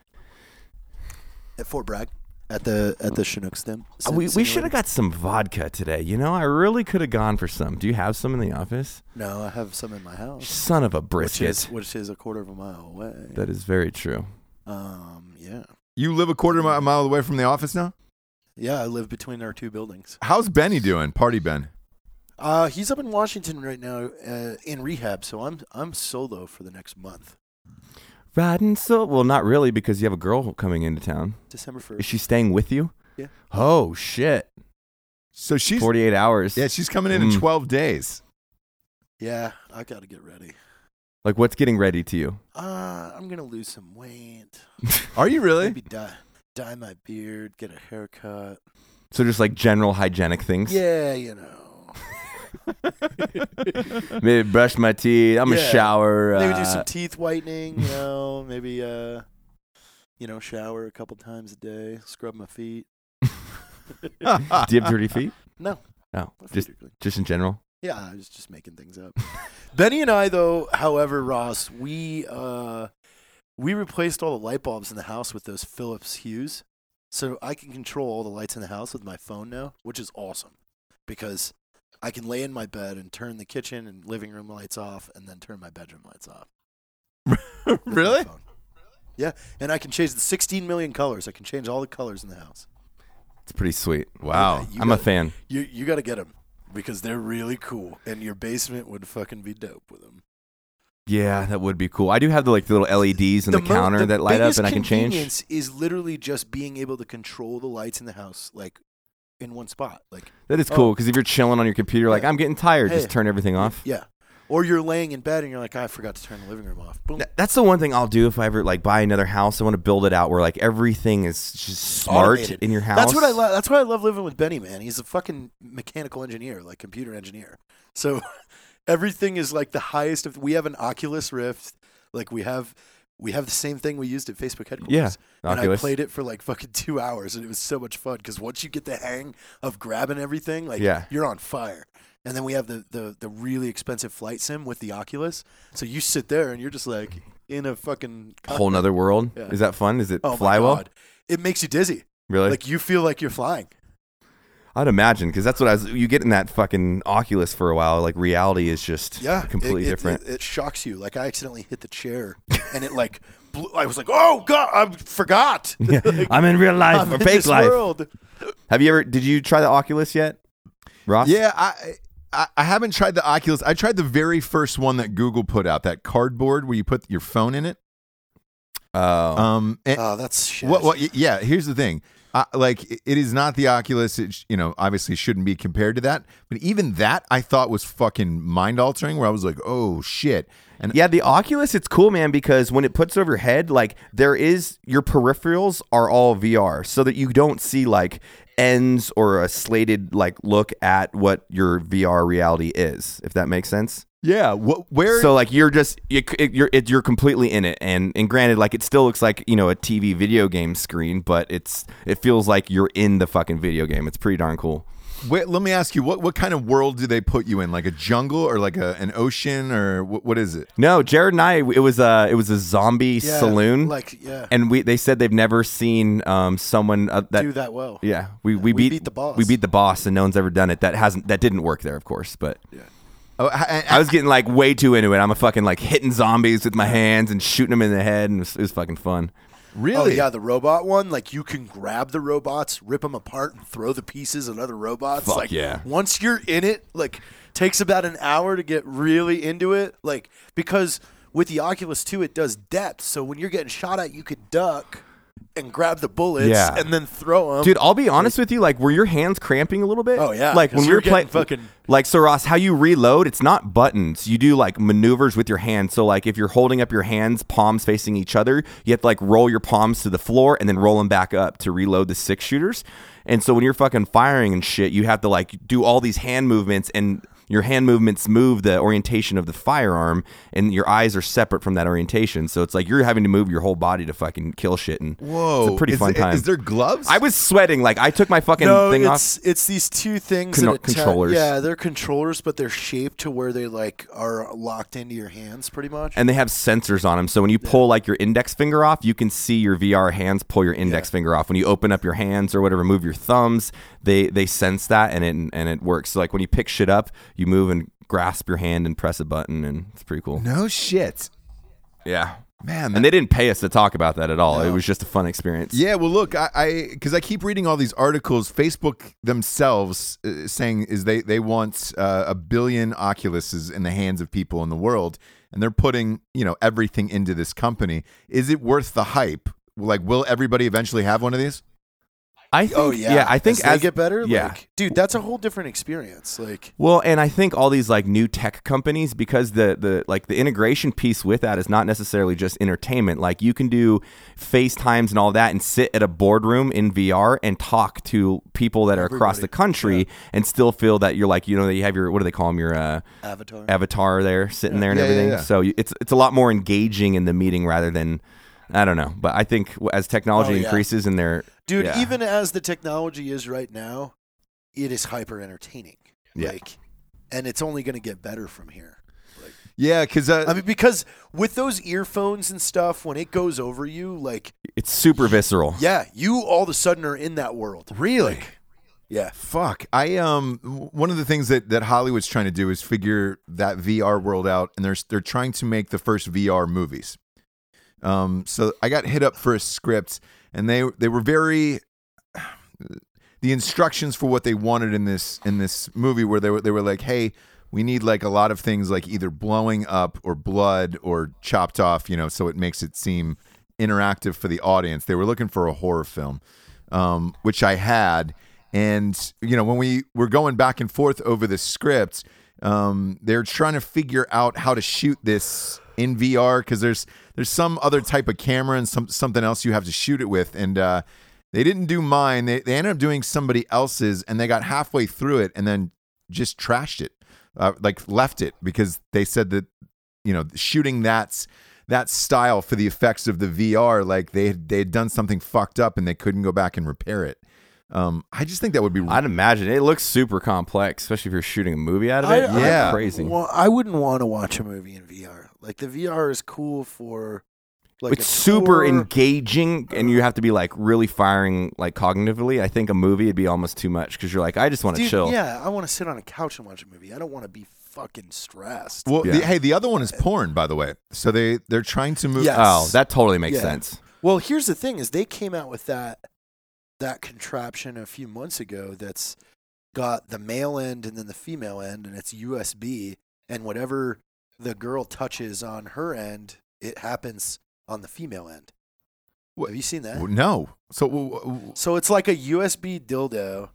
at Fort Bragg at the at the Chinook stem. sim-
Uh, we we should
simulator.
have got some vodka today. You know, I really could have gone for some. Do you have some in the office?
No, I have some in my house,
Son of a
which
brisket.
is which is a quarter of a mile away.
that is very true.
Um, yeah,
You live a quarter mi- mile away from the office now.
yeah. I live between our two buildings.
How's Benny doing? Party Ben.
Uh, he's up in Washington right now uh, in rehab, so I'm I'm solo for the next month,
Riding so well, not really, because you have a girl coming into town.
December
Is
first.
she staying with you?
Yeah.
Oh shit!
So she's
Forty-eight hours.
yeah, she's coming in in
Mm.
twelve days.
Yeah, I got to get ready.
Like, what's getting ready to you?
Uh, I'm gonna lose some weight.
Are you really?
Maybe dye dye my beard, get a haircut.
So just like general hygienic things.
Yeah, you know.
Maybe brush my teeth. I'm
Yeah.
a shower.
Maybe
uh,
do some teeth whitening. You know, maybe uh, you know, shower a couple times a day, scrub my feet.
do you have dirty feet?
No,
No,
my feet
just
are clean.
just in general.
Yeah, I was just making things up. Benny and I, though, however, Ross, we uh, we replaced all the light bulbs in the house with those Philips Hues, so I can control all the lights in the house with my phone now, which is awesome because I can lay in my bed and turn the kitchen and living room lights off, and then turn my bedroom lights off. with my
Really?
phone. Yeah, and I can change the 16 million colors. I can change all the colors in the house.
It's pretty sweet.
Wow.
You
I'm a
got-
fan.
You you got to get them because they're really cool, and your basement would fucking be dope with them.
Yeah, that would be cool. I do have the like the little LEDs in the,
mo-
counter
the
that light up,
biggest
and I can change.
convenience Is literally just being able to control the lights in the house, like in one spot, like
That is
Oh.
cool because if you're chilling on your computer, like
Yeah.
I'm getting tired, just
Hey.
turn everything off.
yeah. Or you're laying in bed and you're like, "Ah, I forgot to turn the living room off. Boom.
Th- That's the one thing I'll do if I ever like buy another house. I want to build it out where like everything is just smart
Automated.
in your house.
That's what I love. That's why I love living with Benny, man. He's a fucking mechanical engineer, like computer engineer. So everything is like the highest of. We have an Oculus Rift, like we have, we have the same thing we used at Facebook headquarters.
Yeah,
And I
Oculus.
played it for like fucking two hours, and it was so much fun because once you get the hang of grabbing everything, like
Yeah.
you're on fire. And then we have the, the the really expensive flight sim with the Oculus, so you sit there and you're just like in a fucking
Whole nother world.
Yeah.
Is that fun? Is it
Oh my
fly well?
God. It makes you dizzy.
Really?
Like you feel like you're flying.
I'd imagine because that's what I was. You get in that fucking Oculus for a while. Like reality is just
Yeah, it-
completely
it,
different.
It, it shocks you. Like I accidentally hit the chair, and it like blew, I was like, "Oh God, I forgot."
Yeah. I'm in real life
I'm
or
in
fake
this
life.
world.
Have you ever? Did you try the Oculus yet, Ross?
Yeah, I, I I haven't tried the Oculus. I tried the very first one that Google put out, that cardboard where you put your phone in it.
Oh.
Um, and-
Oh, that's shit.
What? What? y- Yeah. Here's the thing. I, like, i- it is not the Oculus. It, sh- you know, obviously shouldn't be compared to that. But even that, I thought was fucking mind altering. Where I was like, oh shit. And
Yeah, the Oculus, it's cool, man, because when it puts it over your head, like there is your peripherals are all VR, so that you don't see like ends or a slated like look at what your VR reality is. If that makes sense.
yeah, what? Where?
So like you're just you, c- you're it, you're completely in it, and and granted, like it still looks like you know a TV video game screen, but it's it feels like you're in the fucking video game. It's pretty darn cool.
wait, let me ask you. What? What kind of world do they put you in? Like a jungle or like a, an ocean or what, what is it?
No, Jared and I, it was a it was a zombie
Yeah,
saloon.
Like yeah,
and we they said they've never seen um, someone uh, that
do that well.
yeah we,
We
we, beat,
beat the boss.
we beat the boss and no one's ever done it that hasn't that didn't work there of course but
Oh, I, I-
I was getting like way too into it I'm a fucking like hitting zombies with my hands and shooting them in the head and it was, it was fucking fun
really?
Oh yeah, the robot one. Like you can grab the robots, rip them apart, and throw the pieces at other robots.
Fuck
like
yeah.
once you're in it, like takes about an hour to get really into it. Like because with the Oculus 2, it does depth. So when you're getting shot at, you could duck and grab the bullets
Yeah.
and then throw them.
dude I'll be honest with you like were your hands cramping a little bit
Oh, yeah,
like
'cause
when
we
we
were
were playing
getting fucking-
like so Ross how you reload it's not buttons you do like maneuvers with your hands so like if you're holding up your hands palms facing each other you have to like roll your palms to the floor and then roll them back up to reload the six shooters and so when you're fucking firing and shit you have to like do all these hand movements and your hand movements move the orientation of the firearm and your eyes are separate from that orientation so it's like you're having to move your whole body to fucking kill shit and
Whoa.
it's a pretty
is,
fun
is
time
there gloves?
I was sweating. Like I took my fucking
no,
thing off.
it's it's these two things
Con-
that atta-
controllers.
Yeah, they're controllers, but they're shaped to where they like are locked into your hands, pretty much.
And they have sensors on them, so when you pull like your index finger off, you can see your VR hands pull your index finger off. When you open up your hands or whatever, move your thumbs. They they sense that, and it and it works. So like when you pick shit up, you move and grasp your hand and press a button, and it's pretty cool.
no shit.
Yeah,
Man,
And they didn't pay us to talk about that at all. It was just a fun experience.
Yeah, well, look, I because I, keep reading all these articles. Facebook themselves uh, saying is they they want uh, a billion Oculuses in the hands of people in the world, and they're putting you know everything into this company. Is it worth the hype? Like, will everybody eventually have one of these?
I think,
oh yeah,
I think
as, they get better.
yeah.
like, dude, that's a whole different experience. Like,
Well, and I think all these like new tech companies because the the like the integration piece with that is not necessarily just entertainment. Like you can do FaceTimes and all that and sit at a boardroom in VR and talk to people that are across the country and still feel that you're like, you know, that you have your what do they call them your uh,
Avatar.
avatar there sitting there and
Yeah, yeah,
everything.
yeah.
So you, it's it's a lot more engaging in the meeting rather than I don't know, but I think w- as technology
Oh, yeah.
increases and they're
dude
yeah.
even as the technology is right now it is hyper entertaining
Yeah.
like and it's only going to get better from here
Yeah, because uh,
i mean because with those earphones and stuff when it goes over you like
it's super visceral.
yeah you all of a sudden are in that world
Really?
Like, yeah
Fuck. I um w- one of the things that that Hollywood's trying to do is figure that VR world out and they're s- they're trying to make the first VR movies. Um so I got hit up for a script and they they were very the instructions for what they wanted in this in this movie where they were they were like, "Hey, we need like a lot of things like either blowing up or blood or chopped off, you know, so it makes it seem interactive for the audience." They were looking for a horror film um, which I had. And you know, when we were going back and forth over the script, um, they're trying to figure out how to shoot this in VR because there's there's some other type of camera and some something else you have to shoot it with. And uh, they didn't do mine. They they ended up doing somebody else's, and they got halfway through it and then just trashed it, uh, like left it because they said that you know shooting that's that style for the effects of the VR like they had, they had done something fucked up and they couldn't go back and repair it. Um, I just think that would be
I'd imagine it looks super complex, especially if you're shooting a movie out of
I-
it.
I-
Yeah.
crazy.
well i wouldn't want to watch a movie in vr like the vr is cool for like
it's
a
super
tour.
engaging, and you have to be like really firing like cognitively. I think a movie would be almost too much because you're like, I just want to
Dude,
chill.
yeah i want to sit on a couch and watch a movie i don't want to be fucking stressed
well. The,
Yeah.
hey, the other one is porn, by the way. So they they're trying to move.
Yes.
Oh, that totally makes
Yeah.
sense.
Well, here's the thing: is they came out with that that contraption a few months ago. That's got the male end and then the female end, and it's USB. And whatever the girl touches on her end, it happens on the female end.
What-
Have you seen that?
Well, No. So w- w-
So it's like a USB dildo,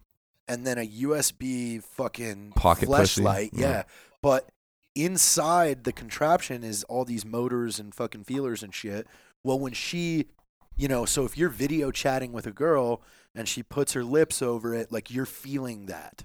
and then a USB fucking
Pocket pussy.
flashlight.
Mm.
Yeah. but inside the contraption is all these motors and fucking feelers and shit. Well, when she, you know, so if you're video chatting with a girl and she puts her lips over it, like you're feeling that.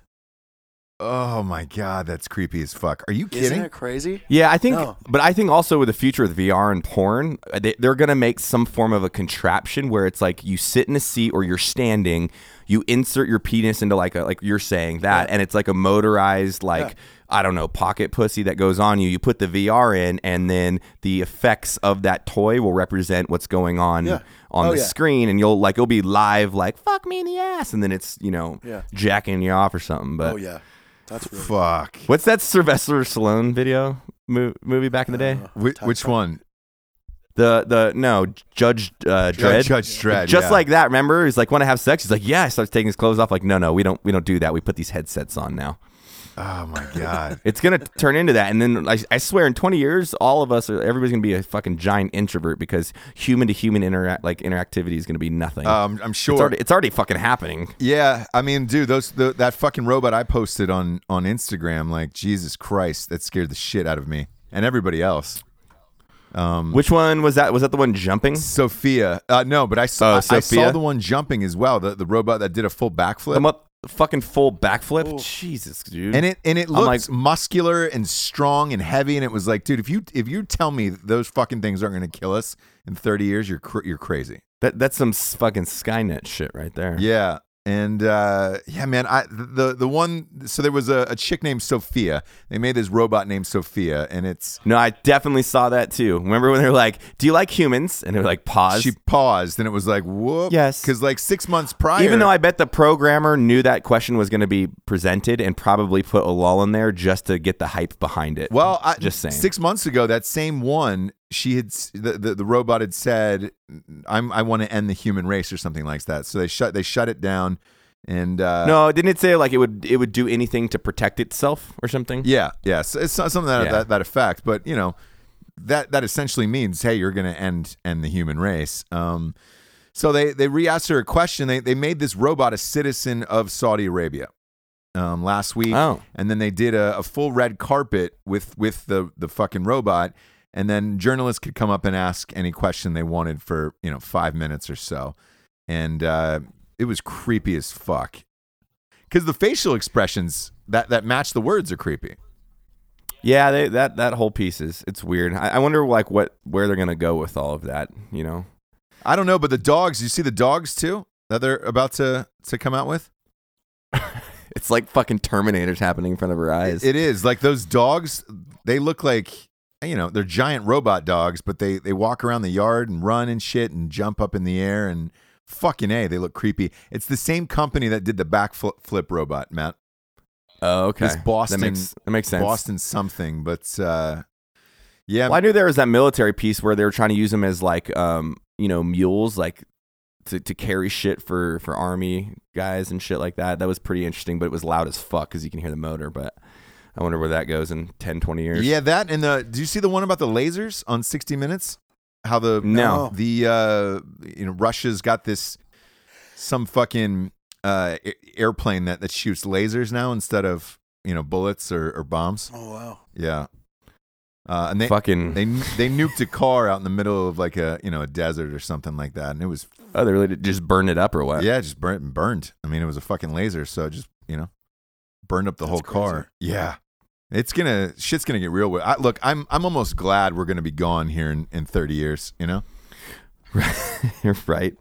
oh my god, that's creepy as fuck. Are you
Isn't
kidding?
it crazy?
Yeah, I think,
No.
but I think also with the future of VR and porn, uh, they, they're going to make some form of a contraption where it's like you sit in a seat or you're standing, you insert your penis into like a, like you're saying that, and it's like a motorized, like, I don't know, pocket pussy that goes on you. You put the VR in, and then the effects of that toy will represent what's going on
Yeah.
on
Oh,
the
yeah.
screen, and you'll like, it'll be live, like, fuck me in the ass, and then it's, you know,
Yeah.
jacking you off or something. But
oh yeah, that's really
Fuck.
What's that Sylvester Stallone video mo- movie back in
Uh,
the day?
Wh- which one?
The the no Judge uh, Dredd.
Judge Dredd.
Just
yeah.
like that, remember? He's like, "Want to have sex?" He's like, "Yeah." He starts taking his clothes off. Like, no, no, we don't, we don't do that. We put these headsets on now.
Oh my god.
It's gonna turn into that, and then I, I swear, in twenty years, all of us, are, everybody's gonna be a fucking giant introvert because human to human interact, like interactivity, is gonna be nothing.
Um, I'm
it's,
sure.
already, it's already fucking happening.
Yeah, I mean, dude, those the, that fucking robot I posted on on Instagram, like Jesus Christ, that scared the shit out of me and everybody else. Um,
Which one was that? Was that the one jumping?
Sophia, uh, no, but I
Oh,
saw I- I saw
Sophia?
the one jumping as well, the the robot that did a full backflip,
I'm up, fucking full backflip. Jesus, dude.
and it and it looked
like-
muscular and strong and heavy, and it was like, dude, if you if you tell me those fucking things aren't going to kill us in 30 years, you're cr- you're crazy.
That that's some s- fucking Skynet shit right there.
Yeah. And uh, yeah, man, I the the one so there was a, a chick named Sophia. They made this robot named Sophia, and it's
No, I definitely saw that too. Remember when they were like, "Do you like humans?" And they were like, "Pause."
She paused, and it was like, "Whoop!"
Yes.
because like six months prior,
Even though I bet the programmer knew that question was going to be presented and probably put a lull in there just to get the hype behind it.
well, I,
just saying.
six months ago, that same one she had s- the, the, the robot had said I'm I want to end the human race or something like that. So they shut they shut it down and uh
no, didn't it say like it would it would do anything to protect itself or something?
yeah, yeah. So it's not something that,
Yeah.
that that effect, but you know, that that essentially means hey, you're going to end end the human race. Um so they they re-asked her a question. They they made this robot a citizen of Saudi Arabia. Um, last week,
Oh.
and then they did a, a full red carpet with with the the fucking robot and then journalists could come up and ask any question they wanted for you know five minutes or so and uh, it was creepy as fuck because the facial expressions that that match the words are creepy
Yeah, they, that that whole piece is it's weird. I, I wonder like what where they're gonna go with all of that. You know,
i don't know but the dogs you see the dogs too that they're about to to come out with
it's like fucking Terminators happening in front of her eyes.
it is like those dogs they look like you know they're giant robot dogs but they they walk around the yard and run and shit and jump up in the air and fucking a they look creepy it's the same company that did the backflip robot matt
oh, okay.
This Boston-
That makes, that makes sense.
Boston something, but uh, yeah,
Well, I knew there was that military piece where they were trying to use them as like um you know mules like to, to carry shit for for army guys and shit like that. That was pretty interesting, but it was loud as fuck because you can hear the motor. But I wonder where that goes in 10, 20 years.
yeah, that and the. Do you see the one about the lasers on 60 Minutes? How the
Oh.
No.
the uh, you know Russia's got this some fucking uh, a- airplane that that shoots lasers now instead of you know bullets or, or bombs.
Oh wow.
Yeah, uh, and they
fucking.
they they nuked a car out in the middle of like a you know a desert or something like that, and it was
oh, they really did just burn it up or what?
Yeah, just burnt burned. I mean, it was a fucking laser, so it just you know, burned up the
That's
whole car.
crazy.
Yeah, it's gonna shit's gonna get real. With I, look, I'm I'm almost glad we're gonna be gone here in, in 30 years. You know,
You're right.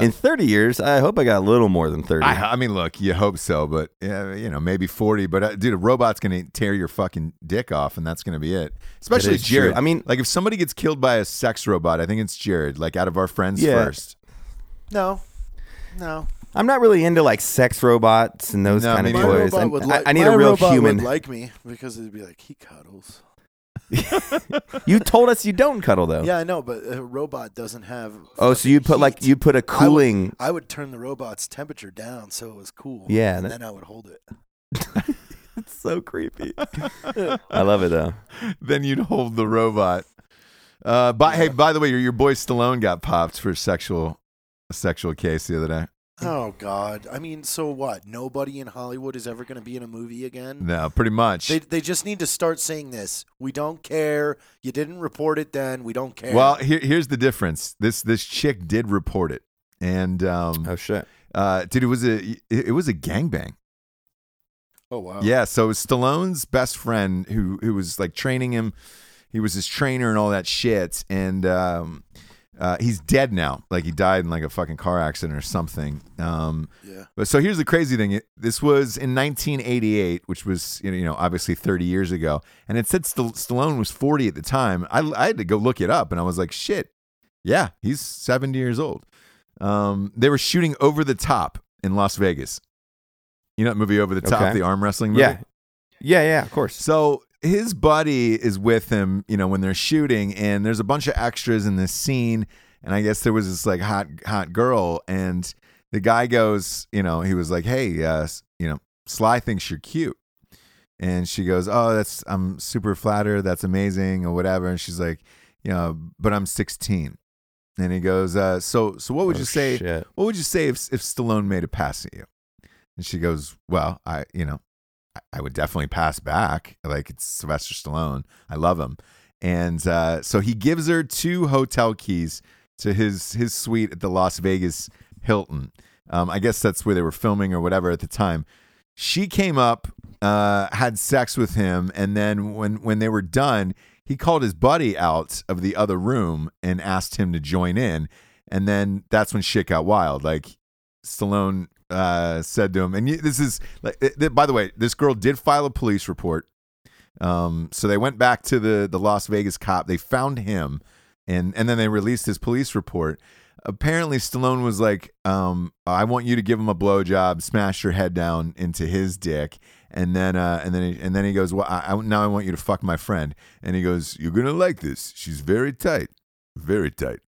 in 30 years, I hope I got a little more than 30.
Uh, I, I mean, look, you hope so, but yeah, you know, maybe 40. But uh, dude, a robot's gonna tear your fucking dick off, and that's gonna be it. Especially
is true.
Jared.
I mean-
like if somebody gets killed by a sex robot, I think it's Jared. Like out of our friends
Yeah.
first.
No. No.
I'm not really into like sex robots and those
No,
kind of
me
My
neither.
toys.
robot
I,
would
I-
like
I need
my
a real
robot
human.
Would like me because it'd be like he cuddles.
you told us you don't cuddle
Oh.
though.
Yeah, I know, but a robot doesn't have.
Oh, so you
fucking
put like
heat.
you put a cooling.
I would turn the robot's temperature down so it was cool.
Yeah,
and
that-
then I would hold it.
It's so creepy. I love it though.
then you'd hold the robot. Uh, by hey,
Yeah.
by the way, your, your boy Stallone got popped for a sexual a sexual case the other day.
Oh God! I mean, so what? Nobody in Hollywood is ever going to be in a movie again.
No, pretty much.
They they just need to start saying this. We don't care. You didn't report it then. We don't care.
well, here, here's the difference. This this chick did report it, and um,
Oh shit.
uh, dude, it was a it, it was a gangbang.
oh wow.
Yeah, so it was Stallone's best friend who who was like training him. He was his trainer and all that shit, and um, uh, he's dead now. Like he died in like a fucking car accident or something. Um,
yeah.
But so here's the crazy thing. It- This was in 1988, which was you know, you know obviously 30 years ago, and it said St- Stallone was 40 at the time. I, I had to go look it up, and I was like, shit, yeah, he's 70 years old. Um, they were shooting Over the Top in Las Vegas. You know that movie Over the Top,
Okay.
the arm wrestling movie.
Yeah. Yeah, yeah, of course.
So his buddy is with him, you know, when they're shooting, and there's a bunch of extras in this scene, and I guess there was this like hot hot girl, and the guy goes, you know, he was like, hey, uh, s- you know, Sly thinks you're cute, and she goes, oh, that's I'm super flattered, that's amazing, or whatever, and she's like, you know, but I'm 16, and he goes, uh, so so what would
Oh,
you say?
shit.
what would you say if if Stallone made a pass at you? And she goes, well, I you know, I, I would definitely pass back. Like it's Sylvester Stallone, I love him, and uh, so he gives her two hotel keys to his his suite at the Las Vegas Hilton. Um, I guess that's where they were filming or whatever at the time. She came up, uh, had sex with him, and then when when they were done, he called his buddy out of the other room and asked him to join in. And then that's when shit got wild. Like Stallone uh, said to him, and you, this is like, th- th- by the way, this girl did file a police report. Um, so they went back to the the Las Vegas cop. They found him, and and then they released his police report. apparently Stallone was like, um, "I want you to give him a blowjob, smash your head down into his dick." And then, uh, and then, he, and then he goes, "Well, I, I, now I want you to fuck my friend." And he goes, "You're gonna like this. She's very tight, very tight."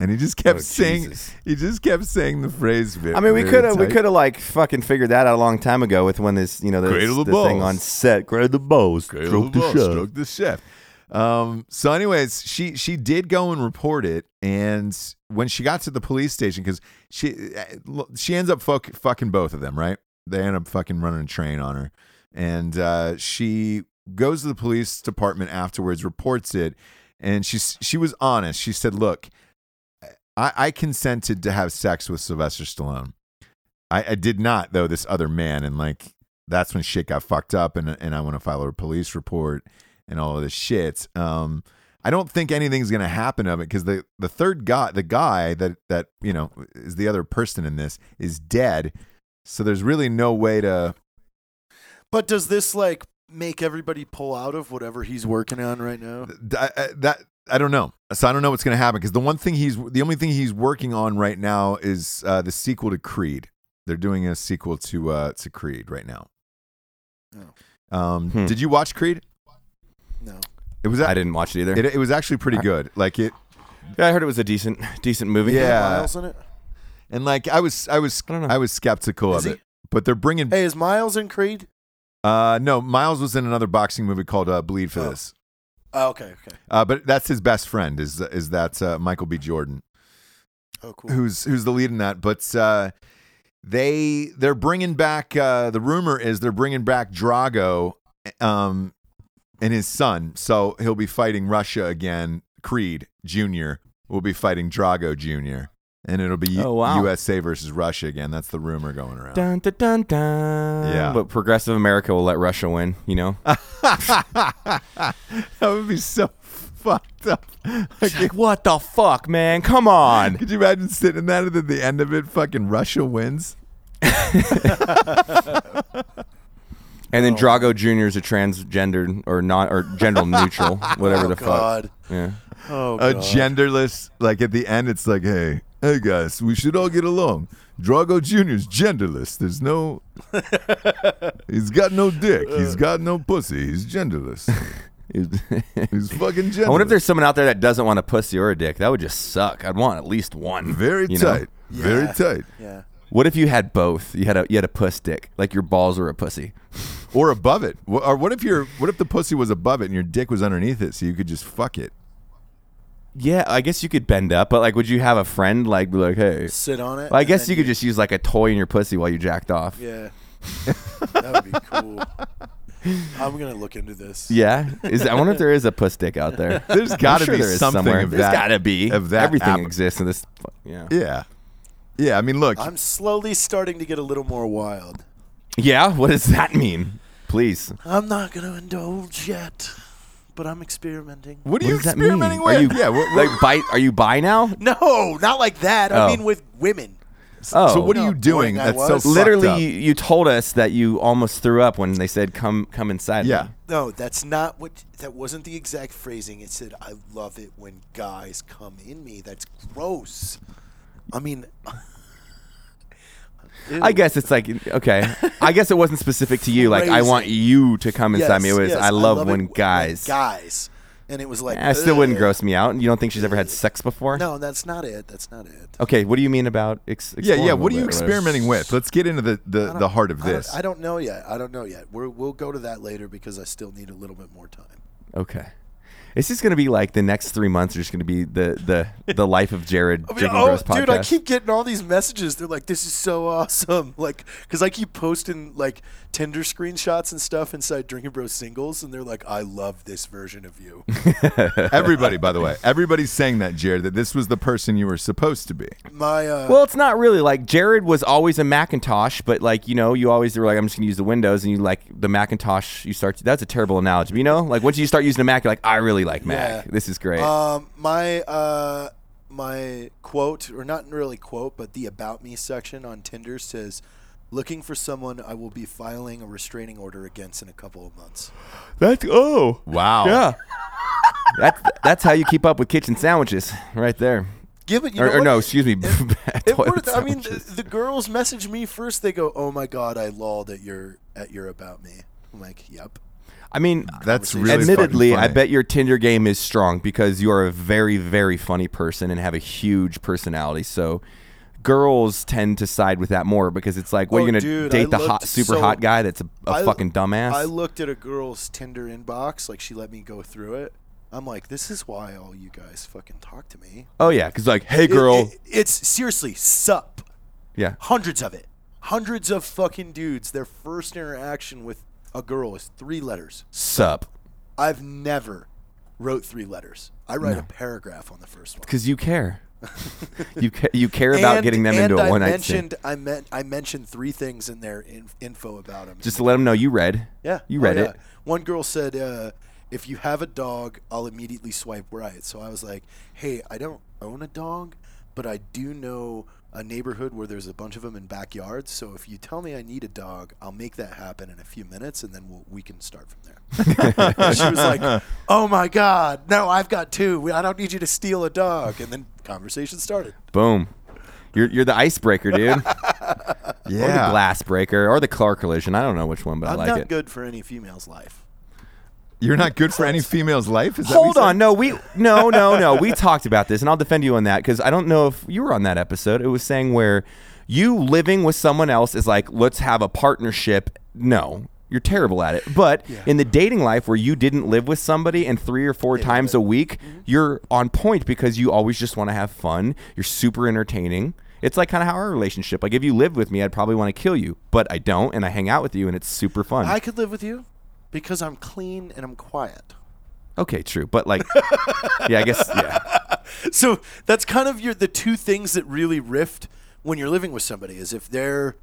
And he just kept
Oh,
saying,
Jesus.
he just kept saying the phrase. "Ve-
I mean, we
very
could have we
tight."
could have like fucking figured that out a long time ago with when this you know this,
Cradle the
the thing
balls.
on set, grade the bows,
Cradle
stroke
the
the,
ball,
shaft.
stroke the shaft. Um, so, anyways, she she did go and report it, and when she got to the police station, because she eh, she ends up fuck, fucking both of them, right? They end up fucking running a train on her, and uh, she goes to the police department afterwards, reports it, and she she was honest. She said, "Look, I, I consented to have sex with Sylvester Stallone. I, I did not though this other man, and like that's when shit got fucked up, and and I want to file a police report and all of this shit. Um, I don't think anything's gonna happen of it because the the third guy, the guy that that you know is the other person in this, is dead. So there's really no way to.
But does this like make everybody pull out of whatever he's working on right now?
th- I, I- that I don't know. So I don't know what's going to happen because the one thing he's the only thing he's working on right now is uh, the sequel to Creed. They're doing a sequel to uh, to Creed right now. Um,
Hmm.
Did you watch Creed?
No.
It was a-
I didn't watch it either.
it, it was actually pretty good. Like it
yeah, I heard it was a decent decent movie.
Yeah.
Miles in it?
and like I was I was
I don't know.
I was skeptical
Is
of
he-
it. But they're bringing
Hey, is Miles in Creed?
uh no, Miles was in another boxing movie called uh, Bleed for
Oh.
this.
Oh, okay, okay.
Uh, but that's his best friend is is that uh, Michael B Jordan.
Oh, cool.
who's who's the lead in that. But uh, they they're bringing back. Uh, the rumor is they're bringing back Drago, um, and his son. So he'll be fighting Russia again. Creed Junior will be fighting Drago Junior, and it'll be
Oh, wow.
USA versus Russia again. That's the rumor going around.
Dun, dun, dun, dun.
Yeah.
But progressive America will let Russia win, you know?
that would be so fucked up. Like,
Like, what the fuck, man? Come on.
could you imagine sitting in that and at the end of it, fucking Russia wins?
And then Drago Jr. is a transgendered or not or gender neutral, whatever
oh,
the
God.
fuck. Yeah.
Oh,
a
God.
genderless like at the end it's like hey hey guys we should all get along drago jr's genderless there's no he's got no dick
Uh.
he's got no pussy he's genderless he's fucking genderless
I wonder if there's someone out there that doesn't want a pussy or a dick. That would just suck. I'd want at least one.
very
you know?
tight very
Yeah.
tight
yeah.
What if you had both? You had a you had a puss dick, like your balls were a pussy.
or above it Wh- or what if your what if the pussy was above it and your dick was underneath it so you could just fuck it
Yeah, I guess you could bend up, but like, would you have a friend like be like, hey?
Sit on it.
Well, I
and
guess
then
you could just use like a toy in your pussy while you jacked off. Yeah,
Yeah. that would be cool. I'm going to look into this.
Is I wonder if there is a puss dick out there.
There's
I'm
gotta be
there is
something
somewhere.
of
There's
that-
gotta be
of that
Everything
app-
exists in this. Yeah.
yeah yeah i mean look
I'm slowly starting to get a little more wild.
Yeah. What does that mean? Please.
I'm not going to indulge yet, but I'm experimenting.
what are you
does that mean?
experimenting
Are
with
you-
yeah what,
Like bite? Are you bi now?
No, not like that.
Oh.
I mean with women.
Oh.
so what are
No,
you doing
boy, I
that's so
was.
fucked
Literally,
up?
you, you told us that you almost threw up when they said, "Come, come inside."
yeah
me."
No, that's not what. That wasn't the exact phrasing. It said, "I love it when guys come in me." That's gross. I mean,
I guess it's like okay. I guess it wasn't specific to you. Like I want
Crazy.
you to come inside
yes,
me. It was
yes,
I love,
it
when guys.
guys, and it was like
Eh, it still wouldn't
ugh.
gross me out. You don't think she's ever had sex before?
No, that's not it. That's not it.
Okay. What do you mean about? Ex-
yeah
exploring
yeah
a
what are
little
you
bit?
experimenting with let's get into the the, the heart of
I don't-
this
I don't, know yet. I don't know yet. We're, we'll go to that later because I still need a little bit more time.
Okay. It's just gonna be like the next three months are just gonna be the the the life of Jared
I mean,
Jig and
oh,
Gross podcast.
dude, I keep getting all these messages. They're like, "This is so awesome!" Like, because I keep posting like Tinder screenshots and stuff inside Drinking Bros singles, and they're like, "I love this version of you."
Everybody, by the way, everybody's saying that, Jared, that this was the person you were supposed to be.
My uh,
Well, it's not really like Jared was always a Macintosh, but like you know, you always were like, I'm just gonna use the Windows, and you like the Macintosh. You start. That's a terrible analogy, but you know, like once you start using a Mac, you're like, I really like Mac.
Yeah.
This is great.
um, my uh, my quote, or not really quote, but the about me section on Tinder says, "Looking for someone I will be filing a restraining order against in a couple of months."
that's oh
Wow.
yeah. that's that's how you keep up with kitchen sandwiches, right there.
Give it. You know
or, or
what?
no, excuse me. bad
It
toilet
worked. I mean, the,
sandwiches.
the girls message me first. They go, "Oh my god, I lolled at your at your about me." I'm like, "Yep."
I mean,
That's
Conversation.
really
admittedly,
fucking
I
funny.
bet your Tinder game is strong because you are a very, very funny person and have a huge personality. So girls tend to side with that more because it's like, what
Oh,
are you gonna
dude, I
date the hot,
looked
super
so-
hot guy that's a a
I-
fucking dumbass?
I looked at a girl's Tinder inbox. Like she let me go through it. I'm like, "This is why all you guys fucking talk to me."
oh yeah, because like, hey
It-
girl,
it- it's seriously sup.
yeah,
Hundreds of it. Hundreds of fucking dudes. Their first interaction with a girl is three letters.
sup,
I've never wrote three letters. I write a paragraph on the first one.
because you care. you ca- you care about
And-
getting them
and
into a
I
one night stand.
mentioned, I meant I mentioned three things in their in, info about him.
Just to let them know you read.
yeah,
you
Oh,
read
yeah.
it.
One girl said, uh, "If you have a dog, I'll immediately swipe right." So I was like, "Hey, I don't own a dog, but I do know a neighborhood where there's a bunch of them in backyards. So if you tell me I need a dog, I'll make that happen in a few minutes, and then we'll, we can start from there." And she was like, "Oh my God, no! I've got two. We- I don't need you to steal a dog." And then conversation started.
Boom. You're, you're the icebreaker, dude. Or the
Yeah.
glass breaker, or the car collision. I don't know which one, but i
I'm
like
not
it.
good for any female's life.
You're not good for any female's life. Is that what
Hold
you said?
on, no, we no no no. We talked about this, and I'll defend you on that because I don't know if you were on that episode. It was saying where you living with someone else is like let's have a partnership. No. You're terrible at it, but in the dating life where you didn't live with somebody and three or four times a week,
Mm-hmm.
you're on point because you always just want to have fun. You're super entertaining. It's like kind of how our relationship. Like if you lived with me, I'd probably want to kill you, but I don't, and I hang out with you, and it's super fun.
I could live with you because I'm clean and I'm quiet.
okay, true, but like, yeah, I guess, yeah.
So that's kind of your the two things that really rift when you're living with somebody is if they're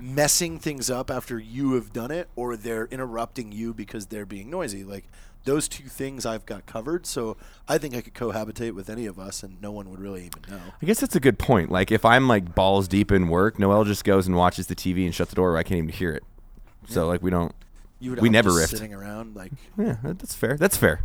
messing things up after you have done it or they're interrupting you because they're being noisy. Like those two things I've got covered, so I think I could cohabitate with any of us and no one would really even know.
I guess that's a good point. Like if I'm like balls deep in work, Noel just goes and watches the TV and shuts the door. Where I can't even hear it. So like we don't.
You would
We
all
never
just
rift.
sitting around like
Yeah, that- that's fair. That's fair.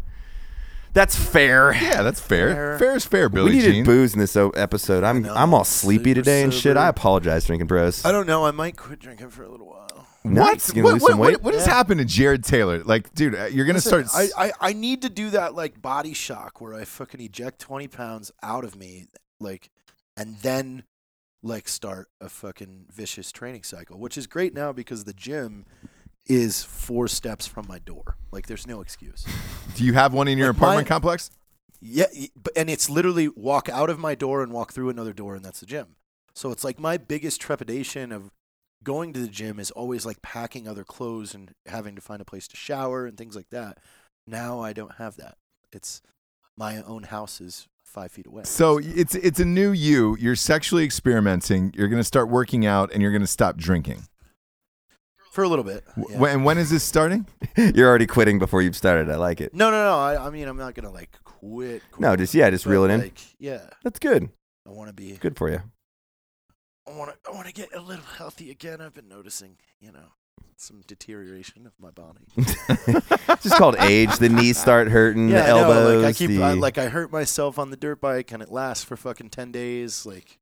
That's fair.
Yeah, that's fair.
Fair.
Fair is fair, Billy
we needed
Jean.
booze in this o- episode. I'm
know.
I'm all sleepy
Super
today and shit.
sober. Uh,
I apologize, drinking bros.
I don't know, I might quit drinking for a little while.
What?
Nice. Gonna
What,
lose
what,
some
what,
weight?
what has happened to Jared Taylor? Like, dude, uh, you're gonna start.
Listen,
s-
I, I, I need to do that like body shock where I fucking eject 20 pounds out of me, like, and then like start a fucking vicious training cycle, which is great now because the gym is four steps from my door. Like, there's no excuse.
do you have one in your
Like,
apartment
my-
complex?
Yeah, y- but and it's literally walk out of my door and walk through another door, and that's the gym. So it's like my biggest trepidation of going to the gym is always like packing other clothes and having to find a place to shower and things like that. Now I don't have that. It's my own house is five feet away.
So it's it's a new you. You're sexually experimenting. You're gonna start working out, and you're gonna stop drinking.
for a little bit.
W
yeah.
When when is this starting?
You're already quitting before you've started. I like it.
no, no, no. I, I mean, I'm not gonna like quit. quit
No, just- yeah, just
but,
reel it in.
Like, yeah,
That's good.
I want to be.
Good for you.
I want to. I want to get a little healthy again. I've been noticing, you know, some deterioration of my body.
It's just called age. The knees start hurting. the
I know,
elbows.
like I keep
the...
I, like I hurt myself on the dirt bike and it lasts for fucking ten days. Like,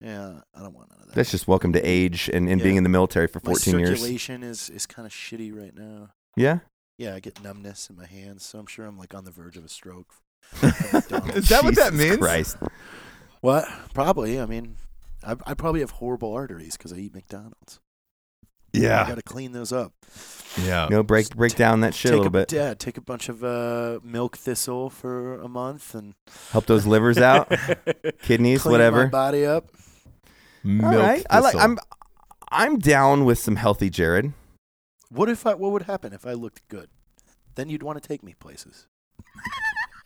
yeah, I don't want none of that.
That's just welcome to age and, and
Yeah.
being in the military for
my
14 years.
circulation is is kind of shitty right now.
Yeah.
Yeah, I get numbness in my hands, so I'm sure I'm like on the verge of a stroke.
Is that what that
Jesus
means?
Christ.
What? Probably. I mean, I, I probably have horrible arteries because I eat McDonald's. I gotta clean those up.
yeah.
You know, break break down that shit
take
a little bit.
Yeah, take a bunch of uh, milk thistle for a month and
Help those livers out, kidneys,
clean
whatever.
my body up.
Milk
All right, I like.
thistle.
I'm I'm down with some healthy Jared.
What if I? What would happen if I looked good? Then you'd want to take me places.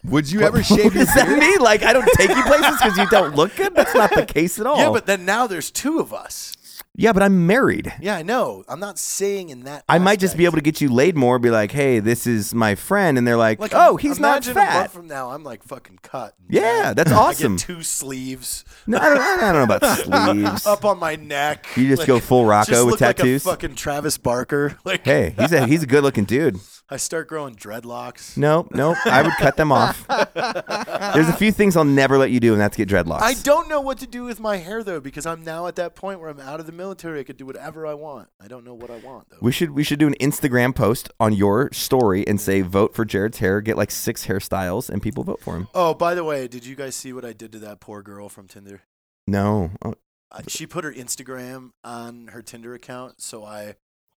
Would you ever shave your
Does that
beard?
mean like I don't take you places because you don't look good? That's not the case at all.
Yeah, but then now there's two of us.
yeah, but I'm married.
Yeah, I know. I'm not saying in that.
I might just be able to get you laid more. Be like, hey, this is my friend, and they're like, oh, he's not
imagine A
fat.
month from now, I'm like fucking cut.
Yeah, that's
I
awesome.
get two sleeves
No, I don't, I don't know about sleeves.
up on my neck.
You just go full Rocco
just
with
look
tattoos?
Like a fucking Travis Barker. Like
Hey, he's a he's a good looking dude.
I start growing dreadlocks.
No, no, I would cut them off. There's a few things I'll never let you do, and that's get dreadlocks.
I don't know what to do with my hair though, because I'm now at that point where I'm out of the military. I could do whatever I want. I don't know what I want though.
We should we should do an Instagram post on your story and say vote for Jared's hair. Get like six hairstyles, and people vote for him.
Oh, by the way, did you guys see what I did to that poor girl from Tinder?
No, Oh,
Uh, she put her Instagram on her Tinder account, so I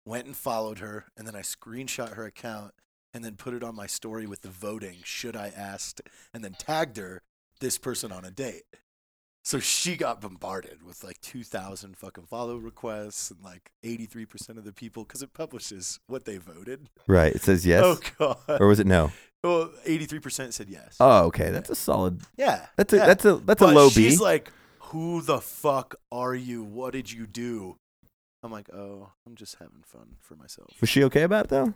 went and followed her, and then I screenshot her account and then put it on my story with the voting. Should I asked, and then tagged her this person on a date. So she got bombarded with like 2,000 fucking follow requests and like 83% of the people because it publishes what they voted.
right. It says yes,
Oh, God.
or was it no?
Well, 83% said yes.
Oh, okay. That's a solid.
yeah.
That's a
yeah.
that's a that's a
But
low B.
she's like, "Who the fuck are you? What did you do?" I'm like, "Oh, I'm just having fun for myself."
was she okay about it though?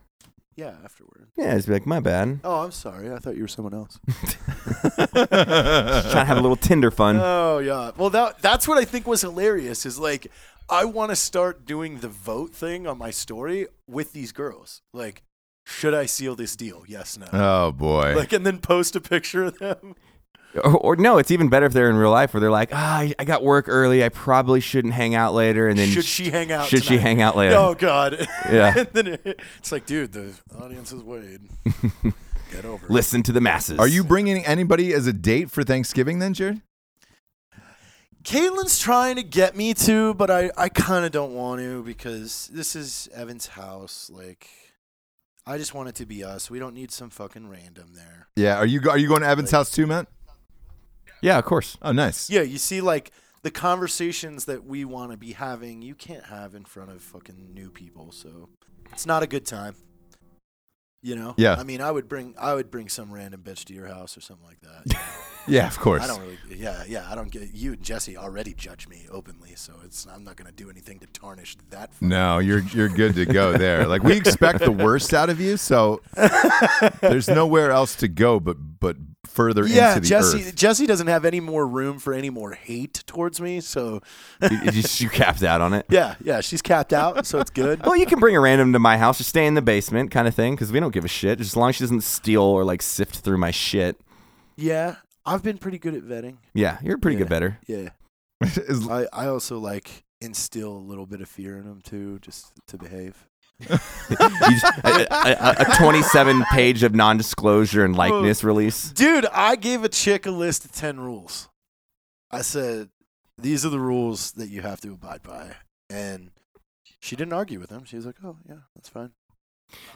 Yeah, afterward.
Yeah, just be like my bad.
Oh, I'm sorry. I thought you were someone else.
Just trying to have a little Tinder fun.
oh yeah. Well, that that's what I think was hilarious is like I want to start doing the vote thing on my story with these girls. Like, should I seal this deal? Yes, no.
Oh boy.
like, and then post a picture of them.
Or, or no, it's even better if they're in real life where they're like, ah, I, I got work early. I probably shouldn't hang out later. And then
should she hang out?
should she
tonight?
hang out later?
Oh God.
Yeah.
and then it- it's like, dude, the audience is waiting. Get over. it.
Listen to the masses.
Are you bringing anybody as a date for Thanksgiving then, Jared?
Caitlin's trying to get me to, but I, I kind of don't want to because this is Evan's house. Like, I just want it to be us. We don't need some fucking random there.
Yeah. Are you go- are you going to Evan's house too, Matt?
Yeah, of course.
Oh, nice.
Yeah, you see, like, the conversations that we want to be having, you can't have in front of fucking new people. So it's not a good time. You know?
Yeah.
I mean, I would bring I would bring some random bitch to your house or something like that.
Yeah, of course.
I don't really. Yeah, yeah. I don't get you and Jesse already judge me openly, so it's I'm not gonna do anything to tarnish that.
No, you're you're good to go there. Like we expect the worst out of you, so there's nowhere else to go but but further
yeah,
into the
Jesse.
earth.
Jesse doesn't have any more room for any more hate towards me. So
you, you just, you capped out on it.
yeah, yeah, she's capped out, so it's good.
Well, you can bring a random to my house or stay in the basement kind of thing because we don't give a shit. Just as long as she doesn't steal or like sift through my shit.
Yeah, I've been pretty good at vetting.
Yeah, you're a pretty good
Yeah.
better.
Yeah,
Is-
I I also like instill a little bit of fear in them too, just to behave.
a, a, a 27 page of non disclosure and likeness release.
Dude, I gave a chick a list of 10 rules. I said, these are the rules that you have to abide by. And she didn't argue with them. She was like, oh, yeah, that's fine.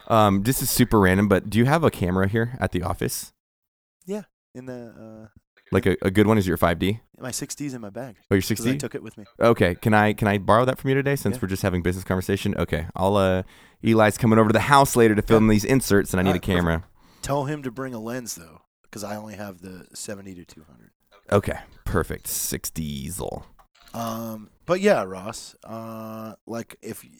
Um, this is super random, but do you have a camera here at the office?
In the,
Like a, a good one? Is your
uh,
5D?
my 60s in my bag.
Oh, your
'cause I
60?
took it with me.
Okay, can I can I borrow that from you today since
Yeah.
we're just having business conversation? Okay, I'll uh Eli's coming over to the house later to film these inserts and I need a
Alright, perfect.
camera.
Tell him to bring a lens, though, because I only have the 70 to 200.
Okay, perfect. 6 diesel.
Um, but yeah, Ross, uh, like if y-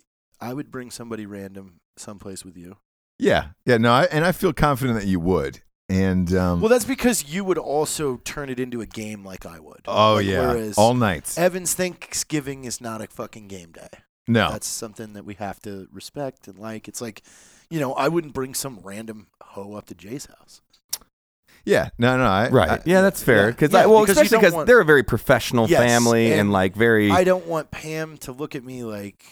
I would bring somebody random someplace with you.
yeah, yeah. No, I, and I feel confident that you would. And um,
Well, that's because you would also turn it into a game like I would.
oh
Like,
yeah,
Whereas
all nights.
Evan's Thanksgiving is not a fucking game day.
no,
That's something that we have to respect and like. It's like, you know, I wouldn't bring some random hoe up to Jay's house.
yeah, no, no. I,
Right.
I-
yeah, that's fair.
yeah,
Cuz
yeah,
well,
because you
especially
don't
cuz
want-
they're a very professional
Yes,
family and,
and
like very
I don't want Pam to look at me like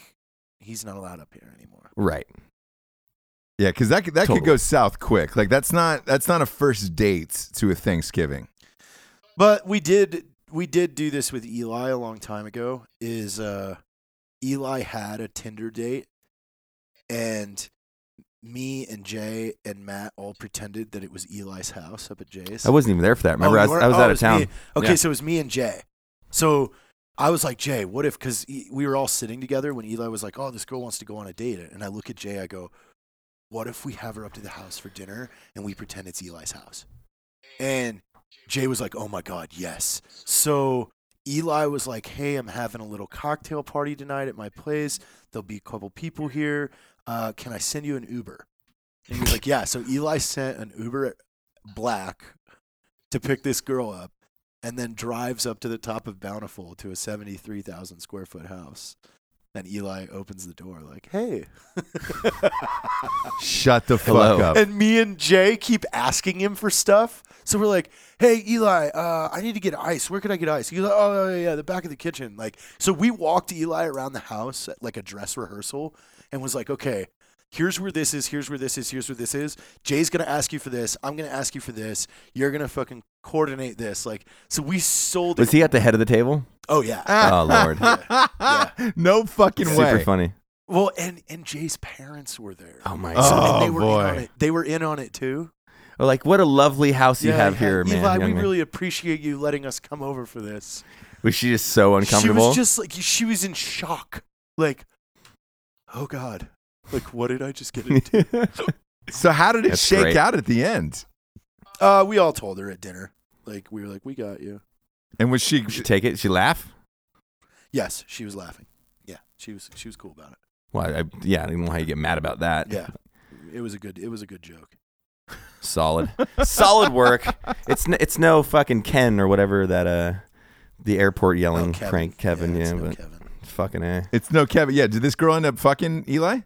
he's not allowed up here anymore.
right.
yeah, because that could- that
Totally.
could go south quick. Like that's not that's not a first date to a Thanksgiving.
But we did we did do this with Eli a long time ago. Is uh Eli had a Tinder date and me and Jay and Matt all pretended that it was Eli's house up at Jay's.
I wasn't even there for that. Remember,
Oh,
I
you
was,
weren't?
I was
Oh,
out
it
of town.
me. Okay,
Yeah.
so it was me and Jay. So I was like, Jay, what if? Because we were all sitting together when Eli was like, "Oh, this girl wants to go on a date," and I look at Jay, I go, "What if we have her up to the house for dinner and we pretend it's Eli's house?" And Jay was like, "Oh my God, yes." So Eli was like, "Hey, I'm having a little cocktail party tonight at my place. There'll be a couple people here. Uh, can I send you an Uber?" And he was like, "Yeah." So Eli sent an Uber at black to pick this girl up and then drives up to the top of Bountiful to a 73,000 square foot house And Eli opens the door like, "Hey."
Shut the fuck
Hello.
up.
And me and Jay keep asking him for stuff. So we're like, "Hey, Eli, uh, I need to get ice. Where can I get ice?" He's like, "Oh, yeah, yeah, the back of the kitchen." Like, so we walked Eli around the house at like a dress rehearsal, and was like, "Okay, here's where this is. Here's where this is. Here's where this is. Jay's gonna ask you for this. I'm gonna ask you for this. You're gonna fucking coordinate this." Like, so we sold.
Was
it.
he at the head of the table?
Oh yeah.
Oh lord,
no fucking way.
super funny.
Well, and and Jay's parents were there.
Oh my
Oh.
god.
and they were
boy.
In on it. They were in on it too.
Oh, Like what a lovely house you
Yeah,
have
yeah.
here, man.
Eli,
young
we
man.
really appreciate you letting us come over for this.
was she just so uncomfortable?
She was just like she was in shock. Like, oh god, like what did I just get into?
So how did it
That's
shake
great.
out at the end?
uh, we all told her at dinner. Like we were like, we got you.
And was she?
she take it. She laugh.
Yes, she was laughing. Yeah, she was she was cool about it.
Well, I, yeah, I don't know how you get mad about that.
Yeah, it was a good it was a good joke.
solid, solid work. It's n- it's no fucking Ken or whatever that uh the airport yelling
Oh, Kevin.
Frank Kevin.
it's
Yeah,
no
but
Kevin.
fucking a.
It's no Kevin. Yeah. Did this girl end up fucking Eli?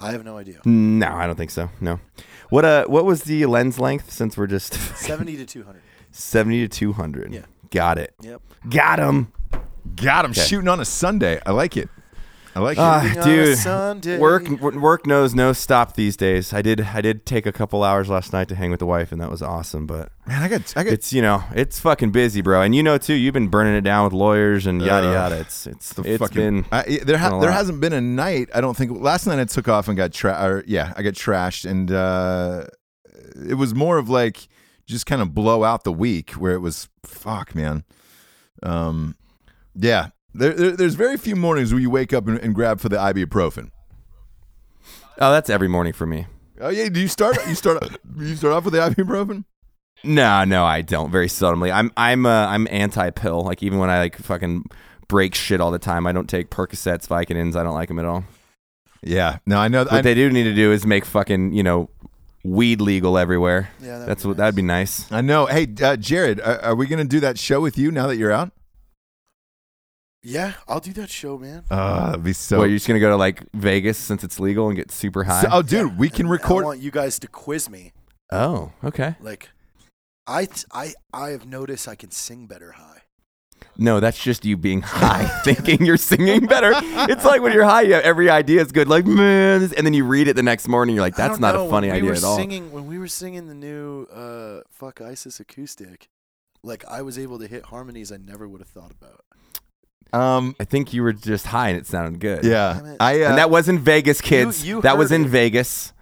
I have no idea.
No, I don't think so. No. What uh? What was the lens length? Since we're just
Seventy to two hundred.
70 to two hundred.
Yeah.
Got it.
Yep.
Got him.
God, I'm
Okay.
shooting on a Sunday. I like it. I like
Ah,
it.
Shooting on a
dude,
Sunday.
work w- work knows no stop these days. I did I did take a couple hours last night to hang with the wife, and that was awesome. But
Man, I got. I got.
it's you know it's fucking busy, bro, and you know too. You've been burning it down with lawyers and yada
Ugh.
yada. It's it's
the
it's
fucking,
been
I- I- there
been
ha-
a
there
lot.
hasn't been a night I don't think last night I took off and got tra- or yeah I got trashed and uh, it was more of like just kind of blow out the week where it was fuck man um yeah there, there there's very few mornings where you wake up and, and grab for the ibuprofen
oh that's every morning for me.
oh yeah do you start you start you start off with the ibuprofen
No, no, I don't. Very seldomly. I'm I'm uh, I'm anti pill. Like even when I like fucking break shit all the time, I don't take Percocets, Vicodins. I don't like them at all.
yeah no I know
What they do need to do is make fucking you know weed legal everywhere.
Yeah, that'd
that's
be
what
nice.
that'd be nice.
I know hey uh, Jared are, are we gonna do that show with you now that you're out
Yeah, I'll do that show, man.
uh that'd be so
well, you're just gonna go to like Vegas since it's legal and get super high.
So- oh dude we can
And
record
I want you guys to quiz me.
oh, okay.
Like, I th- I I have noticed I can sing better high.
No, that's just you being high, thinking you're singing better. It's like when you're high, you have every idea is good. Like man, this- and then you read it the next morning, you're like,
I
that's
don't
not
know,
a funny
when we
idea
were
at all.
Singing when we were singing the new uh, "Fuck ISIS" acoustic, like I was able to hit harmonies I never would have thought about.
um
I think you were just high and it sounded good.
Damn
Yeah,
it.
I. Uh,
and that was in Vegas, kids.
you
that was
heard
in
it.
Vegas.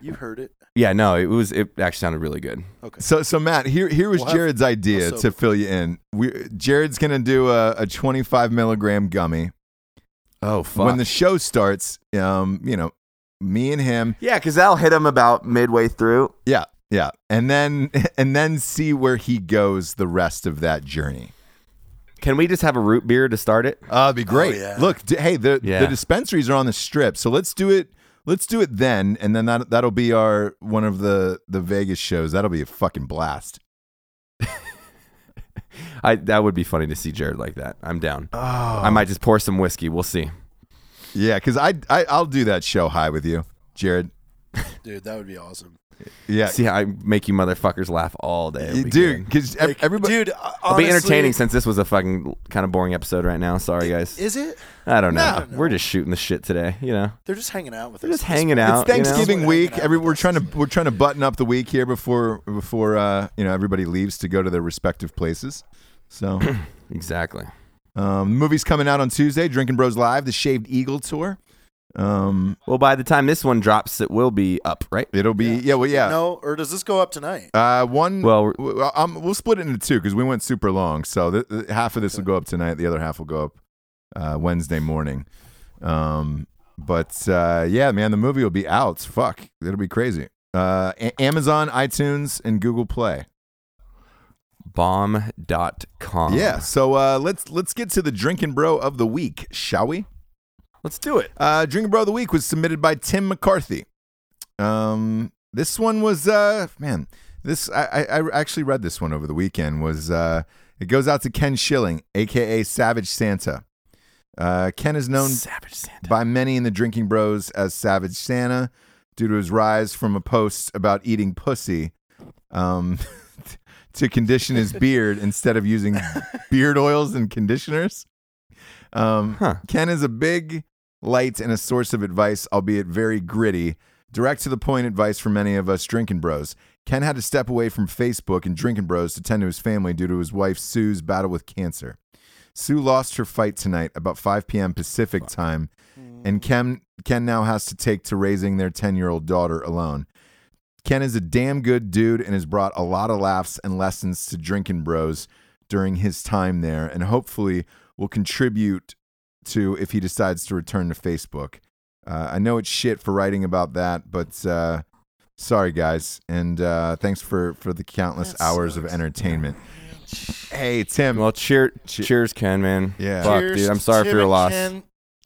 You heard it.
Yeah, no, it was. It actually sounded really good.
Okay.
so so Matt, here here was
We'll have-
Jared's idea
also-
to fill you in. We Jared's gonna do a, a 25 milligram gummy
Oh fuck.
when the show starts. Um, you know, me and him.
yeah, because that'll hit him about midway through.
Yeah, yeah, and then and then see where he goes the rest of that journey.
Can we just have a root beer to start it?
Uh, it'd be great.
yeah.
Look, d- hey, the
Yeah.
the dispensaries are on the strip, so let's do it. Let's do it then, and then that that'll be our one of the the Vegas shows. That'll be a fucking blast.
I that would be funny to see Jared like that. I'm down.
Oh,
I might just pour some whiskey. We'll see.
yeah, because I, I I'll do that show high with you, Jared.
Dude, that would be awesome.
Yeah,
See how I make you motherfuckers laugh all day. It'll
You
be
do
good.
because
Like,
everybody.
dude, uh,
It'll
honestly,
be entertaining since this was a fucking kind of boring episode right now. Sorry guys.
Is it?
I don't know.
No.
We're just shooting the shit today. You know,
They're just hanging out with
we're
us.
just hanging out.
it's Thanksgiving
You know?
week.
Hanging out
Every,
with
we're
us.
trying to we're trying to button up the week here before before uh, you know everybody leaves to go to their respective places. So,
Exactly.
um, movie's coming out on Tuesday. Drinking Bros Live, the Shaved Eagle tour. Um,
Well, by the time this one drops, it will be up, right?
it'll be yeah, well yeah.
No, or does this go up tonight?
Uh, one.
Well-
well um, we'll split it into two because we went super long. So th- th- half of this will go up tonight. The other half will go up uh, Wednesday morning. Um, but uh, yeah, man, the movie will be out. Fuck, it'll be crazy. Uh, A- Amazon, iTunes, and Google Play.
Bomb.com.
Yeah. So uh, let's let's get to the drinking bro of the week, shall we?
Let's do it.
Uh, Drinking Bro of the Week was submitted by Tim McCarthy. Um, this one was uh, man, this I, I I actually read this one over the weekend. Was uh, it goes out to Ken Schilling, aka Savage Santa. Uh, Ken is known
Savage Santa.
by many in the drinking bros as Savage Santa due to his rise from a post about eating pussy um, to condition his beard instead of using beard oils and conditioners. Um,
Huh.
Ken is a big light and a source of advice, albeit very gritty, direct to the point advice for many of us drinking bros. Ken had to step away from Facebook and drinking bros to tend to his family due to his wife Sue's battle with cancer. Sue lost her fight tonight about 5 p.m. Pacific time, and Ken Ken now has to take to raising their 10-year-old daughter alone. Ken is a damn good dude and has brought a lot of laughs and lessons to drinking bros during his time there, and hopefully will contribute to if he decides to return to Facebook. Uh, I know it's shit for writing about that, but uh, sorry guys, and uh, thanks for for the countless
That
hours of
sucks.
entertainment. Hey Tim,
Well, cheer,
Che-
cheers, Ken, man.
Yeah.
Fuck, dude. I'm sorry for your loss.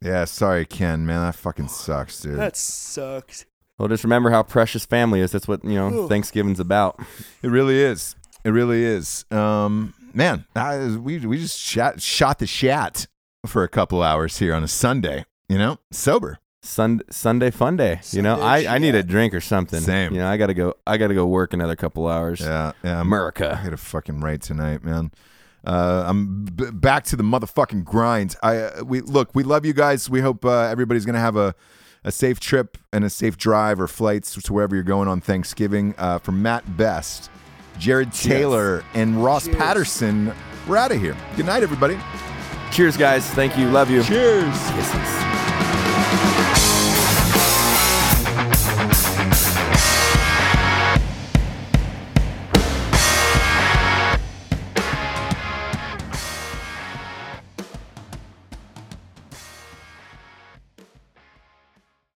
Yeah, sorry, Ken, man. That fucking sucks, dude.
That sucks.
Well, just remember how precious family is. That's what you know.
Ooh.
Thanksgiving's about.
it really is. It really is. Um, man, that is- we we just shot shot the shat for a couple hours here on a Sunday. You know, sober.
Sun, Sunday fun day. You know,
Sunday,
I, I need
yeah.
a drink or something.
Same.
You know, I gotta go. I gotta go work another couple hours.
Yeah, yeah. I'm- I
America.
hit a fucking right tonight, man. Uh, I'm b- back to the motherfucking grind. I uh, we look, we love you guys. We hope uh, everybody's gonna have a a safe trip and a safe drive or flights to wherever you're going on Thanksgiving. Uh, from Matt Best, Jared Taylor, and Ross Patterson, we're out of here. Good night, everybody.
Cheers, guys. Thank you. Love you.
Cheers.
Kisses.